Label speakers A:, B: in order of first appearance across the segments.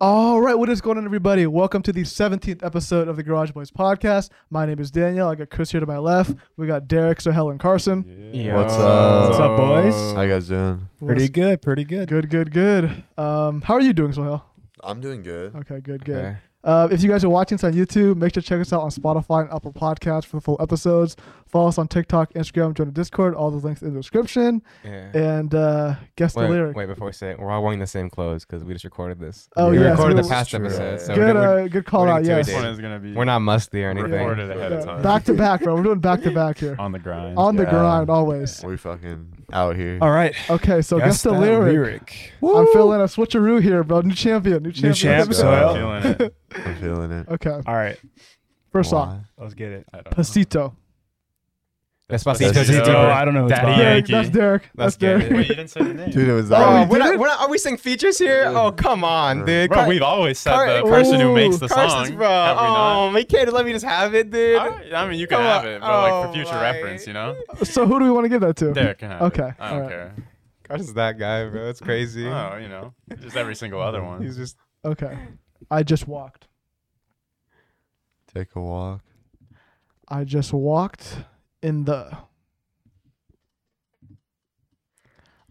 A: All right, what is going on, everybody? Welcome to the 17th episode of the Garage Boys podcast. My name is Daniel. I got Chris here to my left. We got Derek, Sohel, and Carson.
B: What's up?
C: What's up, boys?
B: How you guys doing?
C: Pretty good, pretty good.
A: Good, good, good. Um, how are you doing, Sohel?
B: I'm doing good.
A: Okay, good, good. Uh, if you guys are watching us on YouTube, make sure to check us out on Spotify and Apple Podcasts for the full episodes. Follow us on TikTok, Instagram, join the Discord. All the links in the description.
D: Yeah.
A: And uh, guess
D: Wait,
A: the lyric.
D: wait, before we say it, we're all wearing the same clothes because we just recorded this.
A: Oh,
D: we
A: yes,
D: recorded
A: we-
D: the past
B: That's true.
D: episode, so
A: good,
D: we're,
A: uh, good call
D: we're
A: out.
D: doing
A: Yes,
D: two a
C: This one
D: day.
C: is gonna be
D: we're not musty or anything.
C: recorded ahead of
A: Yeah,
C: time.
A: back to back, bro. We're doing back to back here.
C: on the grind.
A: On the
B: Yeah.
A: grind, always.
B: We fucking out here.
C: All right.
A: Okay, so guess, the
C: that
A: lyric. I'm feeling a switcheroo here, bro. New champion, new champion.
C: New champ,
B: Let's
C: so
B: go.
C: feeling it.
B: I'm feeling it.
A: Okay,
C: All right,
A: first off,
B: Why?
C: let's get it.
A: pasito.
D: Despacito.
C: That's-
D: Despacito.
C: oh, I don't know. what's
D: Daddy
C: about.
A: Derek,
D: Yankee.
A: that's Derek. That's
D: Let's get
A: Derek.
D: it.
E: Wait, you didn't say the name.
B: Dude, it was
A: Oh,
D: Oh,
B: that.
A: we
D: we're
A: did
D: not,
A: it?
D: we're not, are we saying features here?
B: Yeah.
D: Oh, come on, dude.
E: Bro,
D: Car-
E: we've always said
D: Car-
E: the person
A: Ooh,
E: who makes the
D: Carson's,
E: song.
D: bro.
E: Have we not?
D: Oh, we can't let me just have it, dude.
E: I, I mean, you can
D: Come
E: have
D: on.
E: it, but like
D: Oh,
E: for future
D: my.
E: reference, you know.
A: So who do we want to give that to?
E: Derek can have
A: Okay,
E: it. I don't
A: alright.
E: care.
D: Carson's that guy, bro. It's crazy.
E: Oh, you know, just every single other one.
D: He's just
A: Okay, I just walked.
B: Take a walk.
A: I just walked in the.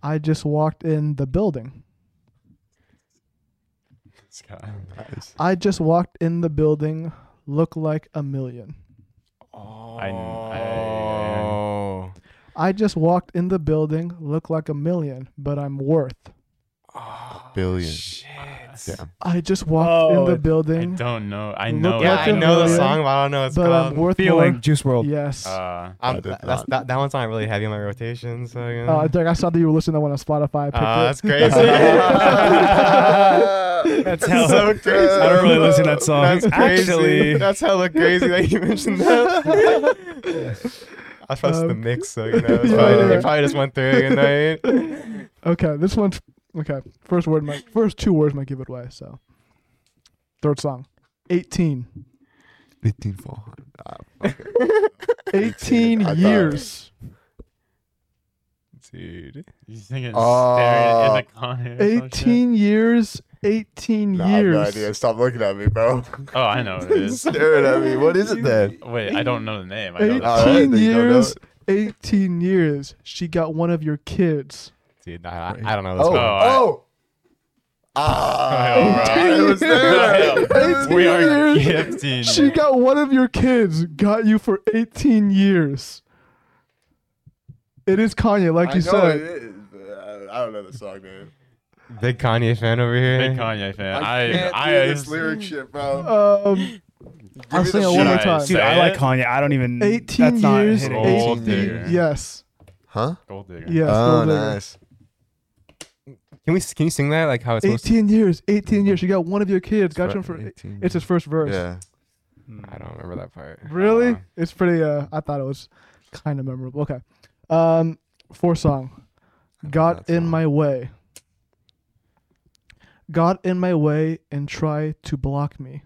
A: I just walked in the building.
E: This guy.
A: I just walked in the building. Look like a million.
D: oh.
E: I- I-
A: I just walked in the building. Look like a million, but I'm worth.
D: Oh,
B: Billion.
D: Shit.
B: Damn.
A: I just walked in
C: Oh,
A: the
C: I
E: I
A: building.
E: don't know. I
A: Look
E: know.
A: like
D: Yeah,
A: Worth
D: I
A: a
E: that.
D: know the
A: million,
D: song, but I don't know what it's
A: but
D: called.
A: I'm worth
C: Feeling
A: more.
C: Juice World.
A: Yes.
E: Uh,
D: I'm,
B: But
D: that,
B: it's
D: that's,
B: not.
D: that, that one's not really heavy on my rotation, so you know.
A: Uh, Derek, I saw that you were listening to that one on Spotify. I picked
D: Ah,
A: it.
D: that's crazy.
C: That's hell-
D: so crazy.
C: I don't really listen to that song.
D: That's crazy.
C: Actually-
D: that's hella crazy that you mentioned that. I trust the
A: Uh, Um,
D: mix, so you know. It's
A: yeah,
D: probably,
A: yeah.
D: They probably just went through it and night.
A: Okay, this one's okay. First word might first two words might give it away. So, third song, eighteen.
B: 15 400. Ah, fuck it.
A: 18
B: I thought-
A: years.
D: Dude.
E: you think it's
B: Oh.
E: staring at the corner or some shit?
A: Eighteen years. Eighteen
B: Nah, I have
A: years.
B: no idea. Stop looking at me, bro.
E: Oh, I know what it is.
B: Staring at me. What is it then?
E: Wait, I don't know the name. I know
A: Eighteen
E: the
B: All right, then you don't know
A: years.
B: it.
A: Eighteen years. She got one of your kids.
D: Dude, I, I don't know this
B: Oh.
D: one.
E: I-
B: Oh. Ah.
E: Alright.
B: It was there. It was
A: Eighteen
E: We are
A: years.
E: gifting.
A: She got one of your kids. Got you for eighteen years. It is Kanye, like
B: I
A: you
B: know
A: said.
B: it is, but I- I don't know the song, man.
D: Big Kanye fan over here.
E: Big Kanye fan. I,
B: can't
E: I,
B: do this lyric shit, bro.
A: Um, I'll
B: me
A: sing
B: the
A: it one more
E: shit.
A: time.
C: Dude, I
E: Say
C: like
E: it.
C: Kanye. I don't even.
A: 18
C: that's not
A: years,
C: hitting.
E: old. Gold
A: 18
E: digger.
A: Yes,
B: Huh?
E: Gold digger.
A: yes.
B: Oh,
A: gold digger.
B: nice.
D: Can we can you sing that like how it's supposed to?
A: 18 years, 18 years. You got one of your kids. Got you for. It's his first verse.
B: Yeah.
D: I don't remember that part.
A: Really?
D: Uh,
A: It's pretty. Uh, I thought it was kind of memorable. Okay. Um, four song. Got
B: that
A: in
B: song.
A: my way. Got in my way and try to block me.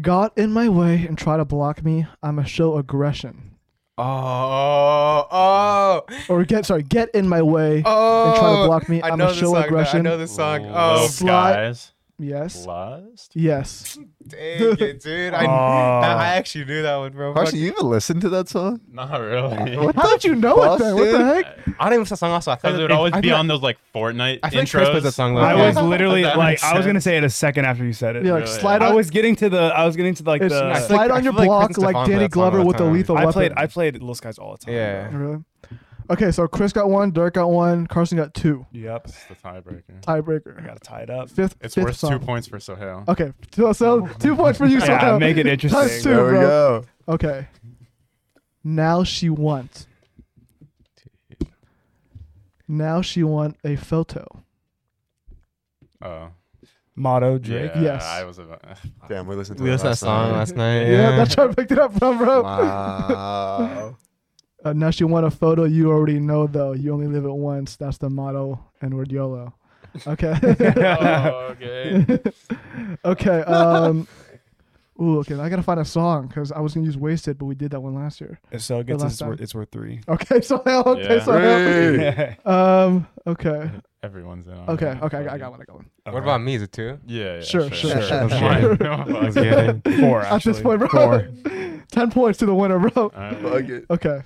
A: Got in my way and try to block me. I'ma show aggression.
D: Uh, Oh, oh,
A: Or get sorry, get in my way.
D: oh!
A: and try to block me.
D: I
A: I'm
D: know
A: a
D: this
A: show
D: song, though. I
A: aggression.
D: know this song.
E: Lil
D: Oh,
A: Love.
E: Skies.
A: Yes.
E: Lust.
A: Yes.
D: dang it, dude! I,
C: Oh.
D: that- I actually knew that one, bro.
B: Carson,
D: Fuck.
B: you even listened to that song?
E: Not really.
A: How did you know
B: fuck,
A: it then? What the
B: dude?
A: heck?
D: I didn't even that song. Also, I thought
E: Because it would
D: I-
E: always
D: I
E: be
D: thought-
E: on those like Fortnite
D: I think Chris
E: intros.
D: plays that song. Though.
C: I
D: Yeah.
C: was literally
E: That
C: like,
E: makes
C: I was gonna
E: sense.
C: say it a second after you said it.
A: Yeah, like
E: Really?
A: slide
C: I
A: on,
C: was getting to the. I was getting to like
A: it's-
C: the.
D: like-
A: slide
D: I
A: on your
D: feel like
A: block
D: Kristen Stefan
A: like
D: played
A: Danny
D: that song all
A: Glover
D: the
A: with the
D: time.
A: lethal
C: I
A: weapon.
C: played. I played Little Skies all the time.
D: Yeah.
A: Really? Okay, so Chris got one, Dirk got one, Carson got two.
C: Yep.
E: It's the tiebreaker.
C: I
A: Tiebreaker.
C: got to tie it up.
A: Fifth.
E: It's
A: fifth
E: worth
A: song. Oh,
E: two points for Sohail.
A: Okay, so, so two points for you.
C: Yeah,
A: Sohail.
C: make it interesting.
A: Times two,
B: there we
A: bro.
B: go.
A: Okay. Now she wants. Now she want a photo.
E: Oh,
C: Motto
E: Drake.
C: Drake.
E: Yeah,
A: Yes.
E: I was about.
B: Damn, we listened to
D: We
B: that
D: listened to that
B: last
D: song
B: night.
D: last night.
A: Yeah,
D: Yeah,
A: that's where I picked it up from, bro.
B: Wow.
A: Uh, now she want a photo. You already know though. You only live it once. That's the motto. And word YOLO. Okay.
E: oh, okay.
A: okay. Um, Ooh, okay. Now I gotta find a song because I was gonna use "Wasted," but we did that one last year.
C: If so, it gets
A: last
C: us, it's worth,
A: time.
C: it's worth three. Uh-huh.
A: Okay, so okay,
E: Yeah.
A: so
C: okay.
A: um, okay,
E: Everyone's in. On
A: okay,
E: it.
A: okay. I got, I got one. I got one.
D: What about me? Is it two?
E: Yeah. yeah
A: Sure, sure,
C: sure.
E: Fine.
D: Let's get it.
C: four?
A: At this point,
C: actually.
A: bro.
C: Four.
A: Ten points to the winner, bro.
E: Alright.
B: Fuck it.
A: Okay.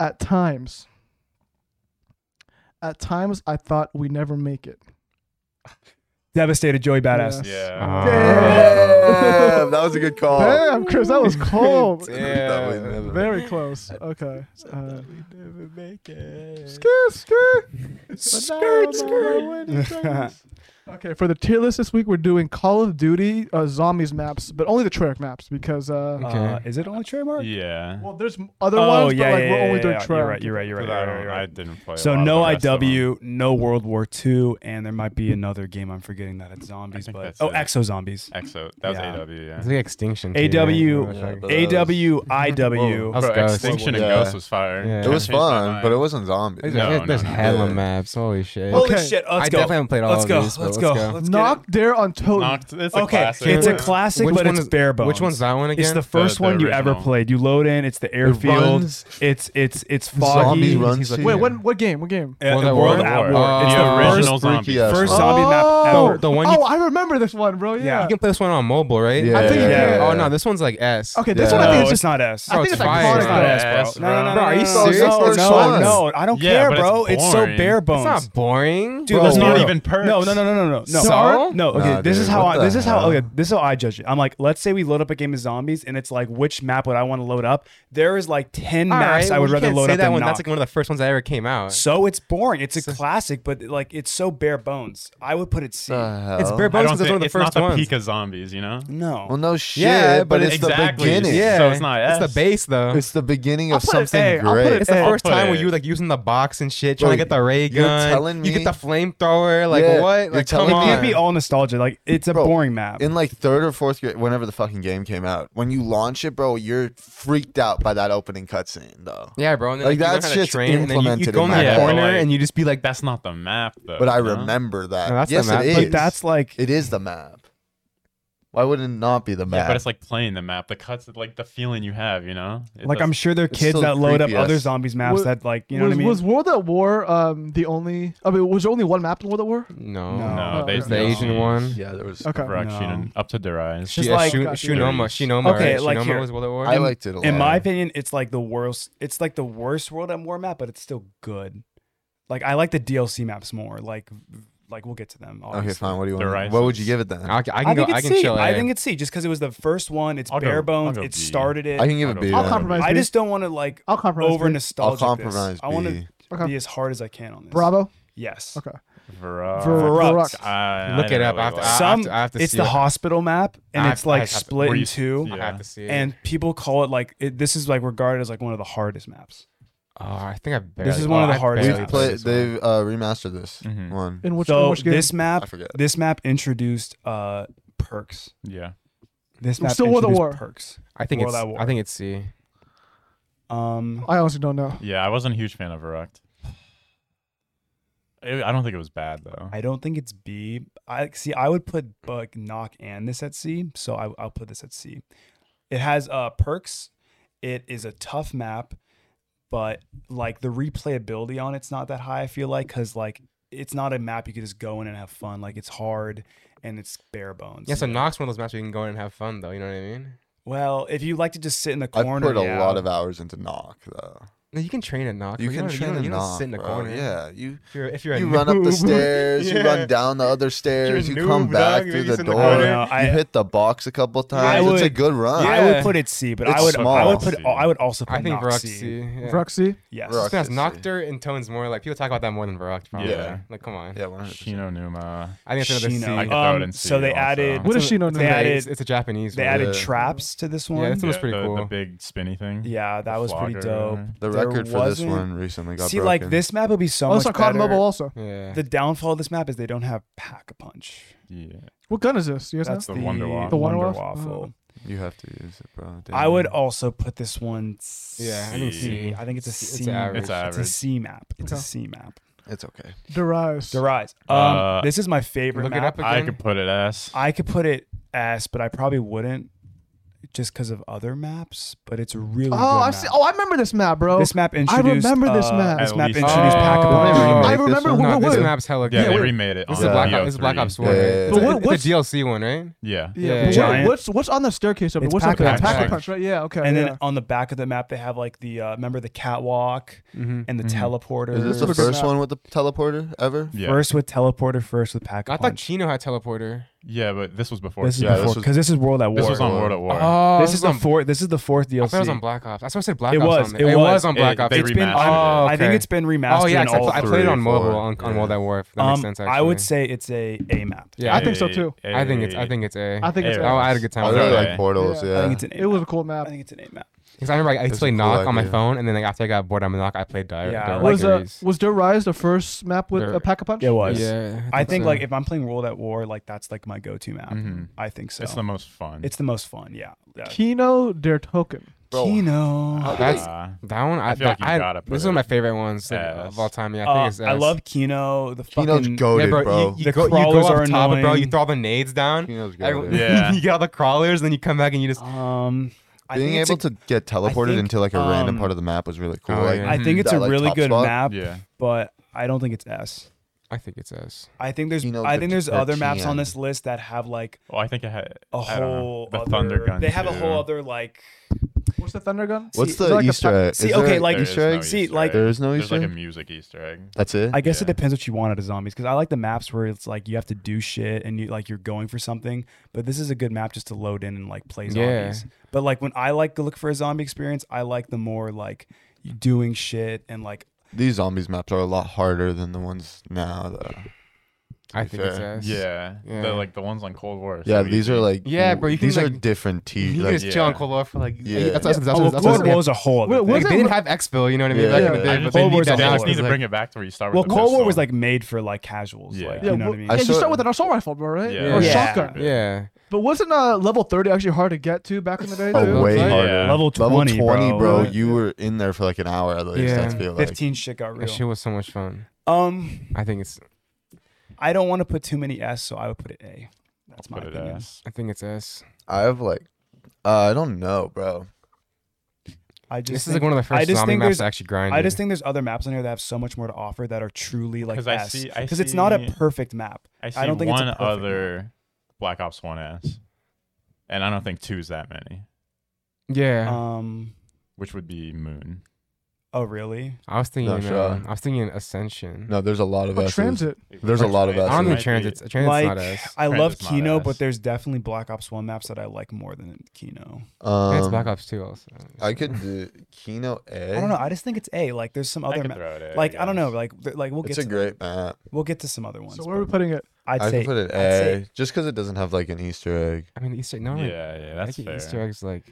A: At times. At times, I thought we never make it.
C: Devastated Joey Badass.
E: Yeah.
B: Uh, Damn, that was a good
C: Oh.
B: call.
A: Damn, Chris, that was cold.
B: That was never-
A: Very close. Okay. Uh,
D: Skirt,
A: skirt, skirt.
D: skirt, skirt.
A: Okay, for the tier list this week, we're doing Call of Duty uh, zombies maps, but only the Treyarch maps because uh,
C: Uh,
D: Okay.
C: is it only trademark?
E: Yeah.
A: well, there's m- other
C: Oh,
A: ones,
C: yeah,
A: but like
C: yeah,
A: we're
C: yeah,
A: only doing
C: yeah.
A: Treyarch.
C: You're right. You're right. You're
E: 'Cause
C: right. You're
E: I,
C: right,
E: don't-
C: you're
E: I
C: right.
E: didn't play. a
C: So
E: lot of
C: no
E: the rest of them.
C: IW, no World War II, and there might be another game I'm forgetting that it's zombies,
E: think
C: but
E: that's
C: oh,
E: it.
C: Exo Zombies,
E: Exo. That was
C: Yeah.
E: AW. Yeah.
D: It's like extinction.
C: AW,
D: Yeah,
B: but
C: A
B: that was-
C: W I W.
D: Whoa. Us
E: Bro,
D: Ghost.
E: Extinction and
B: Yeah.
E: Ghost was fire.
D: Yeah.
B: It was
E: Changed my
B: fun,
E: mind.
B: but it wasn't zombies.
D: There's,
E: No, no,
D: there's
E: no.
D: hella
B: Yeah.
D: maps. Holy shit.
C: Holy
A: Okay.
C: shit! Let's
D: I
C: go.
D: definitely haven't played all
C: let's
D: of
C: go.
D: these, but
C: let's
D: let's
C: go.
D: go.
C: Let's
A: Knock, dare, on totem.
E: Knocked. It's a
C: Get it. Okay,
E: classic.
C: it's a
E: Yeah.
C: classic,
D: Which
C: but
D: one
C: it's
D: is-
C: bare bones.
D: Which one's that one again?
C: It's the first
E: the
C: one you ever
E: original.
C: played. You load in, it's the airfield.
D: runs.
C: it's it's it's
B: Zombies
C: foggy.
B: runs
D: He's like,
A: Wait,
D: Yeah.
A: what? What game? What game?
C: Uh,
D: World
C: the
D: at
C: World
D: War?
C: at War.
D: Oh.
C: it's the
E: the
D: first-
E: original
B: freaky
E: zombie.
B: ass
C: first
B: one.
C: zombie map
A: Oh,
C: ever.
D: The one you-
A: oh, I remember this one, bro. Yeah.
D: You can play this one on mobile, right?
B: Yeah. I think you
C: Yeah.
B: can.
D: Oh no, this one's like S.
A: Okay, this
B: Yeah.
A: one I
C: no,
A: think
C: it's,
A: it's just.
C: not S.
A: I
D: Oh,
A: think
D: it's
A: it's
D: fire.
A: iconic.
D: It's
A: though.
D: not
E: S.
C: S, bro. No, no, no, no,
D: Bro, are you
C: no,
B: serious?
C: No,
B: It's
C: no,
B: fun.
C: no, I don't
E: Yeah,
C: care,
E: but it's
C: bro. It's, so
E: boring.
C: bare bones.
D: It's not boring.
C: Dude,
E: Bro,
C: let's
E: it's
C: be
E: not
C: real.
E: even perks.
C: Oh, No, no, no, no, no, no.
D: So?
C: No, no okay.
B: Nah,
C: this is
B: dude,
C: how
B: what
C: I,
B: the
C: this is how
B: hell?
C: okay. This is how I judge it. I'm like, let's say we load up a game of zombies, and it's like, which map would I want to load up? There is like ten
D: All
C: maps
D: right,
C: I would
D: well, you
C: rather
D: can't
C: load
D: say
C: up
D: that
C: than
D: one.
C: not.
D: That's like one of the first ones that ever came out.
C: so it's boring. It's a
D: So-
C: classic, but like it's so bare bones. I would put it C.
B: The hell?
D: It's bare
E: I
D: bones
E: don't
D: because it's
E: think
D: one of the
E: it's
D: first
E: not the
D: ones.
E: peak of zombies, you know.
C: no.
B: Well, no shit,
D: Yeah,
B: but,
D: but
B: it's
E: exactly.
B: the beginning.
E: Yeah. So it's not
D: It's
E: S.
D: the base though.
B: It's the beginning
A: I'll
B: of
A: put it
B: something
A: A, I'll put
B: great.
A: it
D: It's the
A: Hey.
D: first time where
E: Hey.
D: you were like using the box and shit, trying
B: Wait,
D: to get the ray
B: you're
D: gun.
B: telling
D: you
B: me-
D: get the flamethrower. Like
B: Yeah,
D: what?
B: you're
D: Like
B: telling
D: come
B: me-
C: it
D: on.
C: can't be all nostalgia. Like it's a
B: Bro,
C: boring map.
B: in like third or fourth grade, whenever the fucking game came out, when you launch it, bro, you're freaked out by that opening cutscene, though.
D: yeah, bro. And then
B: Like,
D: you learn
B: that
D: how to
B: shit's
D: train, and then you- you,
B: implemented
D: go
B: in
D: in
B: my
D: that
E: head.
D: corner
E: Yeah, but, like,
D: and you just be like,
E: That's not the map, though.
B: But I
E: you know?
B: remember that.
D: No, that's the
B: yes,
D: map.
B: it is.
D: But
C: but that's like
B: it is the map. Why would it not be the
E: Yeah,
B: map?
E: but it's like playing the map. The cuts, like the feeling you have, you know. It
C: like I'm
E: does-
C: sure there are
B: It's
C: kids
B: so
C: that load up
B: creepy,
C: other
B: yes.
C: zombies maps
A: Was-
C: that like you know
A: was,
C: what I mean.
A: was World at War um the only? I mean, was there only one map in World at War?
D: no,
C: No.
E: No,
A: Oh, okay.
E: they,
D: There's the
E: they-
D: Asian one.
B: yeah, there was.
A: Okay.
E: Rock shooting
C: No.
E: up to their eyes.
C: Just
D: yeah,
C: like-
D: Shun-
A: Gotcha.
D: Shunoma, Shunoma,
C: Okay,
D: right?
C: like
D: Shunoma
C: here-
D: was World at War.
B: I liked it a lot.
C: In my opinion, it's like the worst. It's like the worst World at War map, but it's still good. Like I like the DLC maps more. Like, like we'll get to them. Obviously.
B: Okay, fine. What do you
E: Their
B: want? What would you
E: eyes.
B: give it then?
D: I, I can
C: I
D: go.
C: think it's
D: I can
C: C.
D: chill.
C: I
D: eh?
C: think it's C, just because it was the first one. It's
E: I'll go-
C: bare bones.
E: I'll go
C: It
E: B.
C: started it.
B: I can give
E: I
B: it
E: don't-
B: B.
A: I'll
B: then.
A: compromise.
C: I just don't want to like
A: I'll compromise.
C: over
A: B.
B: I'll
C: nostalgic.
B: compromise
C: This. I want to
B: B.
A: Okay.
C: be as hard as I can on this.
A: Bravo.
C: Yes.
A: Okay.
C: Uh,
E: Verux.
A: Verux.
E: I- I
D: Look it
E: didn't
D: up.
E: really
D: I have to-
E: like-
D: I-
C: Some.
D: I have to
C: it's
D: see
C: the
D: it.
C: hospital map, and
D: I-
C: it's like
D: I have to-
E: were
C: split
E: you-
C: in two.
E: yeah.
D: I have to see it.
C: And people call it like it, this is like regarded as like one of the hardest maps.
D: oh, I think I barely.
C: This is one of
D: oh,
C: the
D: I
C: hardest
D: barely
B: We've
C: maps.
D: played
B: played.
D: this one.
B: They've uh, remastered this
E: Mhm.
B: one.
A: In which, in
C: so
A: which game?
C: this map,
B: I forget.
C: this map introduced uh perks.
E: Yeah.
C: This
A: I'm
C: map
A: still World at
C: introduced
A: War.
C: perks.
D: I think
C: World
D: it's.
C: at War.
D: I think it's C.
C: Um,
A: I honestly don't know.
E: Yeah, I wasn't a huge fan of Verux. It- I don't think it was bad though.
C: I don't think it's B. I see. I would put Buck Knock and this at C. So I, I'll put this at C. It has uh perks. It is a tough map, but like the replayability on it's not that high. I feel like because like it's not a map you could just go in and have fun. Like it's hard and it's bare bones.
D: Yeah, so Knox one of those maps where you can go in and have fun though. You know what I mean?
C: Well, if you like to just sit in the
B: I
C: corner,
B: put a
C: yeah.
B: lot of hours into knock though.
D: No, you can train at Knox.
B: You
D: but
B: can
D: don't-
B: train
D: don't-
B: a
D: You don't
B: knock,
D: sit in the
B: bro.
D: corner.
B: Yeah, you
D: If you're, if you're a
B: you run up the
D: noob.
B: stairs, you
D: Yeah.
B: run down the other stairs,
D: You're
B: you
D: a
B: come
D: noob, dog,
B: back through
D: maybe
B: the
D: sit in the
B: door,
D: corner.
C: No, I-
B: you hit the box a couple times. it's a
C: would-
B: good run.
C: I would
D: Yeah.
C: put it C, but I
B: It's
C: would
B: small.
C: I would put
E: C.
C: I would also put
D: I think
C: Nox
D: Varrock
C: C.
D: C. Yeah.
A: Roxy.
C: Yes.
B: Varrock.
D: Because
B: C.
D: Noctur and Tone's more like people talk about that more than Varrock. Probably.
E: Yeah.
D: Like come on.
B: Yeah, 100%.
E: Shino Numa.
D: I think it's another
C: Shino.
D: C.
E: I could throw it
C: Um,
E: in
C: so
E: C
C: they
E: also.
C: added
A: What is
C: so
A: she known
C: They
A: as?
C: added
D: it's, it's a Japanese.
C: They
D: one.
C: added
B: Yeah.
C: traps to this one.
D: Yeah,
C: Yeah,
D: that's- That was pretty
E: the, The
D: cool.
E: big spinny thing.
C: that
E: The
C: was pretty
E: flogger.
C: dope.
B: The
C: There
B: record for this
C: wasn't-
B: one recently got
C: See,
B: broken.
C: like this map would be so
A: Oh,
C: much
A: it's on COD
C: better.
A: Mobile also.
D: Yeah.
C: The downfall of this map is they don't have pack a punch.
E: Yeah.
A: What gun is this? You guys
C: That's
A: know?
E: the
C: the,
E: Wonder Waffle.
A: The Wonder
C: Wonder
A: Waffle?
C: Waffle.
B: you have to use it, bro.
C: I would
B: Damn.
C: also put this one. C.
D: Yeah,
E: I think
D: C.
C: I think it's a
D: It's
C: C.
D: average.
E: It's
C: It's a
E: average.
C: C map. It's a
A: Okay.
C: C map.
B: It's okay.
A: Derives.
C: Derives. Um,
E: Uh,
C: this is my favorite
D: Look
C: map.
D: it up again.
E: I could put it as.
C: I could put it S, but I probably wouldn't. just because of other maps, but it's a really good
A: Oh, I've
C: map.
A: seen, oh, I remember this map, bro.
C: This map introduced.
A: remember this
C: uh,
A: map.
C: This
E: At
C: map
E: least-
C: introduced
E: Oh,
C: Pac-Man.
A: I
D: This
A: remember-
D: one? No,
A: wait,
D: this
A: wait.
D: map's hella
E: Yeah,
A: Yeah,
E: they
A: wait.
E: remade it.
D: This
E: on
D: is
E: the
D: Black
E: Neo
D: Ops. This is Black
E: 3.
D: Ops One.
B: Yeah, yeah, yeah.
D: right?
A: But what-
D: It's the
A: what's-
D: DLC one, right?
E: Yeah.
A: yeah,
D: yeah,
A: but what-
C: giant-
A: what's what's on the staircase? Over?
C: It's
A: what's up there?
C: Pac-Man.
A: Pac-Man punch, right? Yeah, okay.
C: And
A: yeah.
C: then on the back of the map, they have like the uh, remember the catwalk
D: Mm-hmm.
C: and the
E: Mhm.
C: teleporter.
B: Is this the
A: Look at
B: first
A: that.
B: one with the teleporter ever?
E: Yeah.
C: First with teleporter, first with pack.
D: I thought Chino had teleporter.
E: yeah, but this was before.
C: this is
B: Yeah, this
C: before
B: was-
C: because this is World at War.
E: This was on
B: War.
E: World at War.
D: Oh,
C: this is the
D: on.
C: fourth. This is the fourth
D: I
C: DLC.
D: thought it was on Black Ops. That's why I said Black
C: It
D: Ops.
C: was,
D: On there.
C: it
D: it
C: was.
D: was on Black
E: It-
D: Ops.
E: they
D: It's-
C: It's been.
E: remastered
D: it.
C: I think
D: Okay.
C: it's been remastered.
D: oh yeah,
C: in
D: 'cause I,
C: all
D: pl- I
C: three.
D: played it on
B: three,
D: mobile
B: four.
D: on, on
B: Yeah.
D: World at War. If that
C: Um,
D: makes sense. Actually.
C: I would say it's a a map.
D: Yeah,
A: I think so, too.
D: I think it's. I think it's a.
A: I think it's
E: Hey,
A: A.
D: Oh, I had a good time.
B: I
D: with
B: really
D: that.
E: Okay.
B: like portals.
A: Yeah.
B: Yeah.
C: I think it's an. A
A: it was a
C: map.
A: cool
C: I
A: map.
C: think it's an eight map.
D: Because I remember like, I used
B: That's
D: to play
B: a cool
D: Knock on my
B: idea.
D: phone, and then like after I got bored on Knock, I played Dire.
C: Yeah,
D: Dire
C: like
A: was uh,
D: Victories.
A: was there rise the first map with
D: There-
A: a pack a punch?
C: It was.
D: Yeah,
C: I think
D: so.
C: like if I'm playing World at War, like that's like my go-to map.
E: Mhm.
C: I think so.
E: it's the most fun.
C: It's the most fun. Yeah. yeah.
A: Kino der Token.
B: Bro,
C: Kino.
E: Uh,
D: that's- that one. I,
E: I feel like
D: that-
E: you
D: I-
E: gotta put
D: This is
E: it
D: one of my favorite ones like,
E: S.
D: of all time. Yeah, I think
C: Uh,
D: it's.
C: I
D: S.
C: love Kino. The
B: Kino's
C: fucking
D: Yeah,
B: goaded,
D: bro.
B: bro.
D: You, you
C: The
D: go, you go
C: crawlers
D: up
C: are
D: top, bro. You
C: annoying.
D: throw all the nades down.
B: Kino's
D: Everyone-
B: goaded.
E: Yeah.
D: you get all the crawlers, and then you come back and you just.
C: Um, I
B: Being
C: think it's
B: able
C: a-
B: to get teleported
C: think,
B: into like a random
C: um,
B: part of the map was really cool.
D: oh,
B: like,
D: yeah.
C: I think
B: Mhm.
C: it's
B: That,
C: a
B: like,
C: really
B: top
C: good
B: spot?
C: map,
E: Mm-hmm. yeah.
C: but I don't think it's S.
D: I think it's S.
C: I think there's
B: Kino
C: I think there's other maps on
B: 13.
C: this list that have like
E: Well, I think it had
C: a
E: I don't know.
C: whole
E: The
C: other,
E: Thunder Gun
C: They have a
E: too.
C: whole other like
A: What's the Thunder Gun?
B: What's
A: Is
B: the
A: it like a
B: Easter
A: fa-
B: egg?
C: See,
B: Is there
C: okay,
B: an
C: like-
E: There
B: Easter
E: is no E
B: egg.
C: See,
E: Easter
C: like-
E: egg.
B: There is no
E: there's
B: Easter
E: like a
B: egg.
E: music Easter egg.
B: That's it.
C: I guess it
E: Yeah.
C: depends what you want out of zombies because I like the maps where it's like you have to do shit and you like you're going for something. But this is a good map just to load in and like play
D: Yeah.
C: zombies. But like when I like to look for a zombie experience, I like the more like you doing shit and like
B: These zombies maps are a lot harder than the ones now, though.
D: I
B: be
D: think it's
B: fair.
D: S.
E: Yeah.
D: Yeah.
E: The, like the ones on Cold War.
B: Yeah, these are like
D: Yeah, bro, you can,
B: these are
D: like-
B: different tiers.
D: You can
B: like,
D: just chill on
E: Yeah.
D: Cold War for like.
B: Yeah.
D: That's that's, that's,
C: oh,
D: that's,
C: Cold
D: that's
C: War was a whole. other
A: Wait,
C: thing.
A: was
D: Like,
A: it-
D: they didn't have Xbill, you know what I mean?
B: Yeah.
D: Back in the
E: I just
D: day, but
E: think
D: they
C: Cold
D: need
C: War's
E: they
D: that
C: a
D: now.
E: just
C: whole-
E: need to
D: Like,
E: bring it back to where you start with
C: Well,
E: the
C: Cold War
E: pistol.
C: was like made for like casuals.
E: Yeah.
C: Like,
E: Yeah,
C: you know
A: well,
C: what I mean?
B: I
A: Yeah, you
B: saw-
A: start with an assault rifle, bro, right?
E: Yeah.
A: Or
C: Yeah.
A: shotgun.
D: Yeah.
A: But wasn't uh, level 30 actually hard to get to back in the day?
B: Oh,
A: too?
B: way
A: Right?
B: harder.
E: Yeah.
C: Level
B: Level
C: 20, bro.
B: bro.
A: Yeah.
B: You were in there for like an hour at least.
D: Yeah.
B: I feel like.
C: 15 shit got
D: That
C: real.
D: shit was so much fun.
C: Um,
D: I think it's.
C: I don't want to put too many S, so I would put it A. That's my
E: Put it
C: opinion.
E: as-
D: I think it's S.
B: I have like, uh, I don't know, bro.
C: I just
D: This is
C: think,
D: like one of the
C: I
D: first
C: just
D: zombie
C: think
D: maps
C: there's-
D: to actually grind.
C: I just think there's other maps on here that have so much more to offer that are truly like
E: 'Cause I
C: S.
E: see- I
C: Because it's not a
E: see-
C: perfect map.
E: I see
C: I don't think it's a
E: one
C: perfect
E: other Black Ops One S, and I don't think two's that many,
D: Yeah.
C: Um.
E: which would be Moon.
C: Oh really?
D: I was thinking.
B: No,
D: um,
B: sure.
D: I was thinking Ascension.
B: No, there's a lot of
A: Or
B: S's.
A: transit.
B: There's a lot of
D: I don't
B: Might
D: think
B: be.
D: transits. Transits
C: like
D: not S.
C: I love
E: Transit's not
C: Kino,
E: S.
C: but there's definitely Black Ops One maps that I like more than Kino.
B: Um,
D: It's Black Ops 2 also.
B: I could do Kino A.
C: I don't know. I just think it's A. Like there's some
E: I
C: other
E: could
C: map.
E: throw it A,
C: Like I don't know.
E: guess.
C: Like th- like we'll
B: it's
C: get
B: a
C: to,
B: great map.
C: we'll get to some other ones.
A: So where are we
C: but
A: putting it?
C: I'd
B: I
C: say
B: could put it
C: I'd say-
B: A, just because it doesn't have like an Easter egg.
D: I mean, Easter. No, like,
E: yeah, yeah,
D: I
E: that's
D: think
E: fair.
D: Easter eggs like.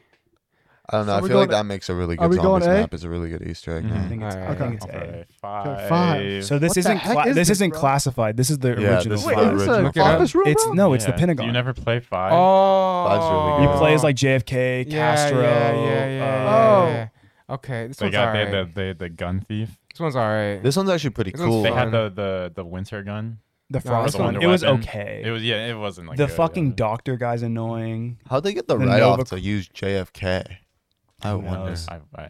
B: I don't know.
A: So
B: I
A: we're
B: feel like
A: going
B: that makes a really
A: are
B: good
A: we going
B: zombies
A: A?
B: map. Is a really good Easter egg.
D: Mhm.
C: I
B: map.
C: think it's, I
D: Alright.
C: think it's
E: I'll throw
C: A.
E: it A. Five.
A: five.
C: So this
A: What the
C: isn't
A: heck
C: cla-
A: is
C: this,
A: this,
C: isn't
A: bro?
C: classified. This is the
B: Yeah,
C: original.
B: this is
A: Wait,
B: the
A: is this
C: file.
B: original.
A: an
B: Look it up.
A: office room,
C: It's
A: bro?
C: no, it's
E: Yeah.
C: the Pentagon.
E: Do you never play five?
D: Oh.
B: really
C: He
B: good.
C: plays like JFK,
D: Yeah,
C: Castro.
D: Yeah, yeah, Oh.
C: uh,
D: yeah, yeah, yeah. Okay, this
E: They
D: one's
E: got they
D: alright.
E: had the, they, the gun thief.
D: This one's alright.
B: This one's actually pretty
D: This one's
B: cool.
E: They
D: fake.
E: had the, the the winter gun.
C: The
D: No,
C: Frost
D: it's
C: one.
D: Wonder
C: It was
E: Weapon.
C: okay.
E: It was yeah, it wasn't like
C: the
E: good,
C: fucking
E: yeah.
C: doctor guy's annoying.
B: How'd they get the,
C: The
B: write
C: Nova-
B: off to use JFK? I
C: Who
B: wonder.
C: knows?
E: I, I,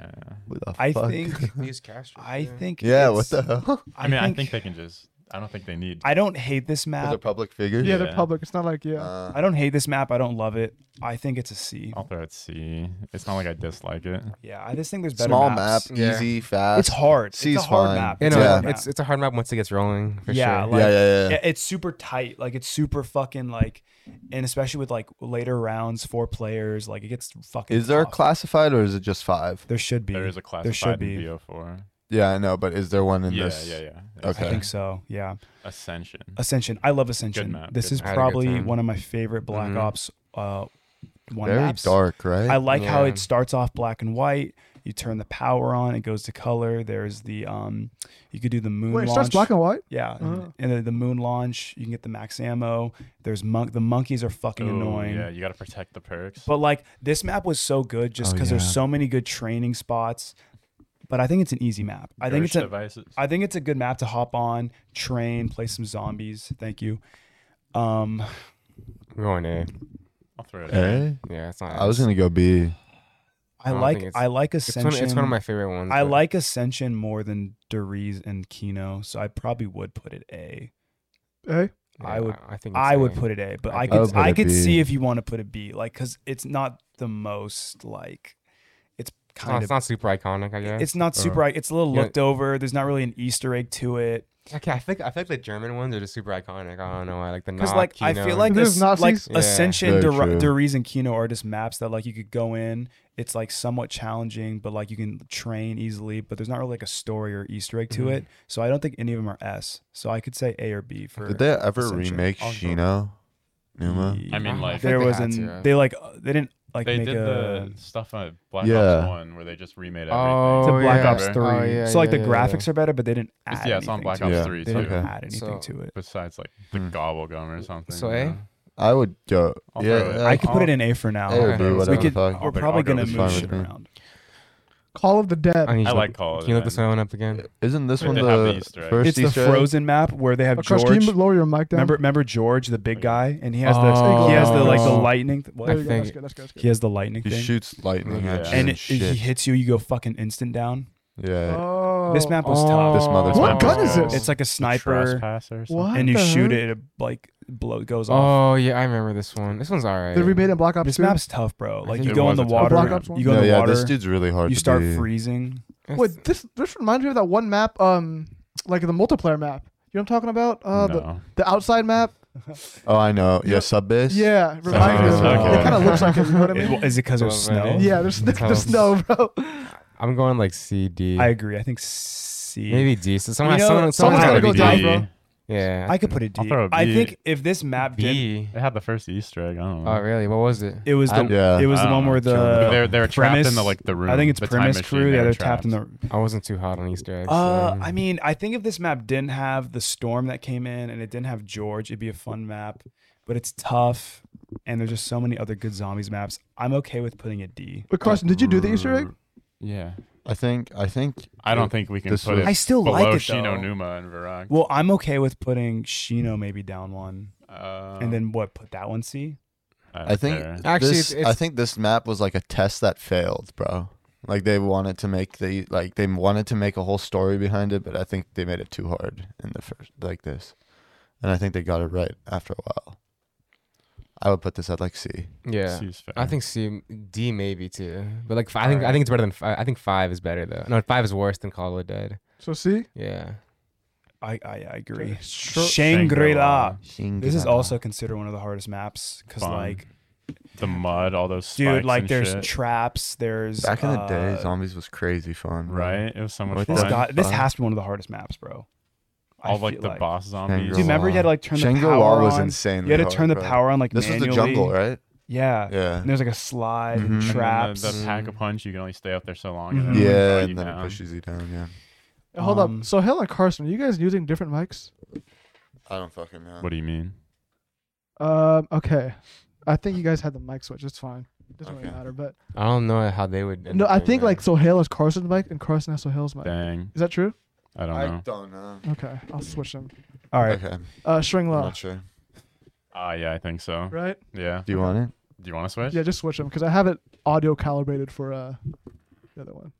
B: Who the
C: I
B: fuck?
C: think.
D: These Castro.
C: I think.
B: Yeah, what
C: it's-
B: the hell?
E: I mean, I think they can just. I don't think they need.
C: I don't hate this
B: Those are
C: map.
B: public Uh, figures.
A: Yeah, they're
E: Yeah.
A: public. It's not like, yeah.
B: Uh,
C: I don't hate this map. I don't love it. I think it's a C.
E: I'll throw it C. It's not like I dislike it.
C: Yeah, I just think there's better
B: small map,
C: maps.
D: Yeah.
B: easy, fast.
C: It's hard.
B: C's
C: it's a hard
B: fine.
C: map.
D: You know,
C: a
B: Yeah.
C: hard map.
D: it's it's a hard map once it gets rolling for
C: yeah,
D: sure.
C: like,
B: yeah, yeah, yeah.
C: it- It's super tight. Like it's super fucking like, and especially with like later rounds, four players. Like it gets fucking.
B: Is there a
C: tough.
B: classified or is it just five?
C: There should be.
E: There is a classified
C: should
E: in
C: be.
E: BO4.
B: Yeah, I know, but is there one in
E: Yeah,
B: this?
E: yeah, yeah. It's
B: Okay.
C: I think so. Yeah.
E: Ascension.
C: Ascension. I love Ascension.
E: Good map,
C: This
E: good
C: is
D: map. I had a good
C: probably
D: time.
C: one of my favorite Black
D: Mhm.
C: Ops uh, one
B: Mm-hmm. Very
C: maps.
B: dark, right?
C: I like how
D: Yeah.
C: it starts off black and white. You turn the power on, it goes to color. There's the um, you could do the moon
A: Wait, it
C: launch.
A: starts black and white?
C: yeah, and-
A: Uh-huh.
C: and then the moon launch. You can get the max ammo. There's monk. The monkeys are fucking
E: Ooh,
C: annoying.
E: Yeah, you got to protect the perks.
C: But like this map was so good just
B: Oh,
C: because
B: yeah.
C: there's so many good training spots. But I think it's an easy map. I think
E: Ghost
C: it's a
E: devices.
C: I think it's a good map to hop on, train, play some zombies. Thank you. Um,
D: We're going A.
E: I'll through it.
B: A?
D: Yeah, it's not.
B: I was gonna go B.
C: I
D: I don't
C: like
D: think it's-
C: I like
D: It's one,
C: Ascension.
D: it's one of my favorite ones.
C: I
D: but
C: like Ascension more than Deriz and Kino, so I probably would put it A.
A: Hey,
D: yeah,
C: I would-
D: I think it's
C: I
D: A.
C: would put it A, but I
D: I
B: would
C: could
B: put
C: I
B: it
C: could
B: B.
C: see if you want to put a B, like because it's not the most like it's
D: It's not,
C: kind
D: it's
C: of
D: not super iconic. I guess
C: it's not super. It's a little
D: Yeah.
C: looked over. There's not really an Easter egg to it.
D: Okay, I think I think the German ones are just super iconic. I don't know why, like the
C: Because
D: Knock,
C: like I
D: Kino,
C: feel like
A: There's
C: as-
A: Nazis?
C: like
D: Yeah.
C: Ascension,
B: Very
C: Deri-
B: true.
C: Deriz, and Kino are just maps that like you could go in. It's like somewhat challenging, but like you can train easily. But there's not really like a story or Easter egg to
D: Mhm.
C: it. So I don't think any of them are S. So I could say A or B for.
B: Did they ever
C: Ascension.
B: remake
C: I'll go-
B: Shino? Numa?
E: I mean, like
D: think
C: there
D: they
C: was
D: had
C: an
D: to.
C: they like uh, they didn't like
E: they
C: make
E: did
C: a
E: the stuff on Black
B: Yeah.
E: Ops One where they just remade everything.
D: Oh,
C: to Black
D: yeah.
C: Ops Three.
D: Oh, yeah,
C: so like
D: yeah,
C: the
D: yeah, yeah.
C: graphics are better, but they didn't add.
E: It's- yeah, it's on Black
C: anything
E: Ops
B: Yeah.
E: Three
C: to it. They
E: too.
C: didn't
B: Okay.
C: add anything
D: So-
C: to it.
E: Besides like the
B: Hmm.
E: gobblegum or something.
D: So
E: you
D: A?
E: know?
B: I would go.
E: I'll
B: yeah,
E: throw it.
B: uh,
C: I could put it in A for now.
B: A or
D: B,
C: we
D: whatever
C: could,
B: the fuck.
C: we're
E: I'll pick-
C: probably
E: I'll go
C: gonna
E: with
C: move
B: fine
C: shit
B: with me.
C: around.
A: Call of the Dead.
D: I, need
E: I
D: to
E: like
D: look-
E: Call of
D: Can you look
E: Duty.
D: this one up again?
B: Isn't this
E: Wait,
B: one
E: they have
B: the
E: the Easter egg.
B: first
C: It's the
B: Easter egg?
C: frozen map where they have
A: Oh, Crush, can
C: George.
A: you lower your mic down?
C: Remember, remember George, the big
E: Okay.
C: guy, and he has the
D: Oh.
C: he has the like the
D: Oh.
C: lightning. th- what?
A: there you
D: I
A: go.
D: think-
A: That's good. That's good. That's good.
C: He has the lightning
B: He
C: thing,
B: shoots lightning
D: Yeah.
B: at you.
C: and
B: And
C: it, he
B: shit.
C: hits you. You go fucking instant down.
B: yeah.
A: Oh.
C: This map was
B: This
C: tough.
B: motherfucker.
A: What gun is this?
C: It's like a
E: The
C: sniper,
E: trespasser or something.
A: What?
C: and you
A: the
C: shoot
A: hell?
C: it. It like blow goes off.
D: Oh yeah, I remember this one. This one's alright.
A: They remade it in Black Ops
C: This
A: 2.
C: map's tough, bro. Like
D: think
C: you
E: it
C: go
E: was
C: in the
E: a tough
C: water,
A: Black Ops one?
C: you go
B: No,
C: in the
B: yeah,
C: water,
B: this dude's really hard
C: you
B: to
C: start
B: beat.
C: freezing.
D: It's-
A: Wait, this this reminds me of that one map, um, like the multiplayer map. You know what I'm talking about? Uh, the,
E: No.
A: the outside map.
B: Oh, I know.
A: Yeah.
B: Yeah, sub base.
A: Yeah, it reminds me of
E: okay.
A: it. It kind of looks like it. You know what I
C: Is,
A: mean?
C: is it because of
D: Well,
C: snow?
D: right.
A: Yeah, there's there's snow, bro.
D: I'm going like C D.
C: I agree. I think C.
D: Maybe D. So someone,
C: You know,
D: someone,
A: someone's
D: someone's
A: gotta
D: gotta
A: go
D: be D.
A: down,
E: D.
A: bro.
D: Yeah,
C: I could put a D.
E: I'll throw a
C: I
E: B.
C: think if this map did,
D: B.
E: It had the first Easter egg. I don't know.
D: Oh really? What was it?
C: it was the
E: I-
B: yeah.
C: it was
E: I
C: the
E: don't
C: one
E: know.
C: where
E: But
C: the
E: they're they're trapped in the
C: premise-
E: like the room.
C: I think it's
E: the time
C: premise
E: machine,
C: crew. Yeah,
E: were
C: they're tapped in the.
D: I wasn't too hot on Easter eggs.
C: Uh,
D: so-
C: I mean, I think if this map didn't have the storm that came in and it didn't have George, it'd be a fun map. But it's tough, and there's just so many other good zombies maps. I'm okay with putting a D.
A: But question: Did you do the Easter
C: Um,
A: egg?
E: Yeah.
B: I think. I think.
E: I don't think we can
B: This
E: put
B: was-
E: it
C: I still
E: below
C: like it, though.
E: Shino Numa and Virak.
C: Well, I'm okay with putting Shino maybe down one,
E: Uh,
C: and then what? Put that one C.
E: Um,
B: I think.
D: Actually,
B: this,
D: it's-
B: I think this map was like a test that failed, bro. Like they wanted to make the like they wanted to make a whole story behind it, but I think they made it too hard in the first like this, and I think they got it right after a while. I would put this at like C.
D: yeah. I think C, D maybe too, but like fi- I think I think it's better than five. I think five is better though. No, five is worse than Call of the Dead.
A: So see,
D: Yeah,
C: I I, I agree.
A: Sure.
C: Shangri La. This is
B: Shingana.
C: also considered one of the hardest maps because
E: Fun.
C: like
E: the mud, all those spikes
C: dude like
E: and
C: there's
E: shit,
C: traps there's
B: back in the day.
C: uh,
B: Zombies was crazy fun, bro.
E: right. It was so much
B: What
E: fun.
B: is
C: this, got, this
B: Fun.
C: has to be one of the hardest maps bro I
E: all like
C: feel
E: the boss zombies.
C: do you remember you had to like turn the
B: Shangri-La
C: power
B: was
C: on
B: insane.
C: you had to turn the power on like
B: This was
C: manually. Uh,
B: the jungle, right?
C: yeah,
B: Yeah.
C: and there's like a slide
B: Mhm. And
C: and
B: then
C: traps Mm-hmm.
E: The, the pack a punch. You can only stay up there so long. And
A: Mhm.
E: then it'll
B: Yeah,
E: throw you
B: and then it
E: down.
B: pushes you down. Yeah.
A: hold
C: Um,
A: up. So Hell and Carson, are you guys using different mics?
B: I don't fucking know.
E: What do you mean?
A: Um, okay. I think you guys had the mic switch. It's fine. Doesn't really
B: Okay.
A: matter. But
D: I don't know how they would. end
A: no,
D: up
A: I
D: doing
A: think
D: that.
A: like Sohail is Carson's mic and Carson has Sohail's mic.
E: Dang,
A: Is that true?
E: I don't
B: I
E: know.
B: don't know.
A: Okay, I'll switch them.
C: all right
B: Okay. I'm
A: Uh, string law,
B: not sure.
E: Ah, yeah, I think so.
A: right?
E: Yeah.
B: Do you want it?
E: Do you want to switch?
A: Yeah, just switch them because I have it audio calibrated for uh the other one.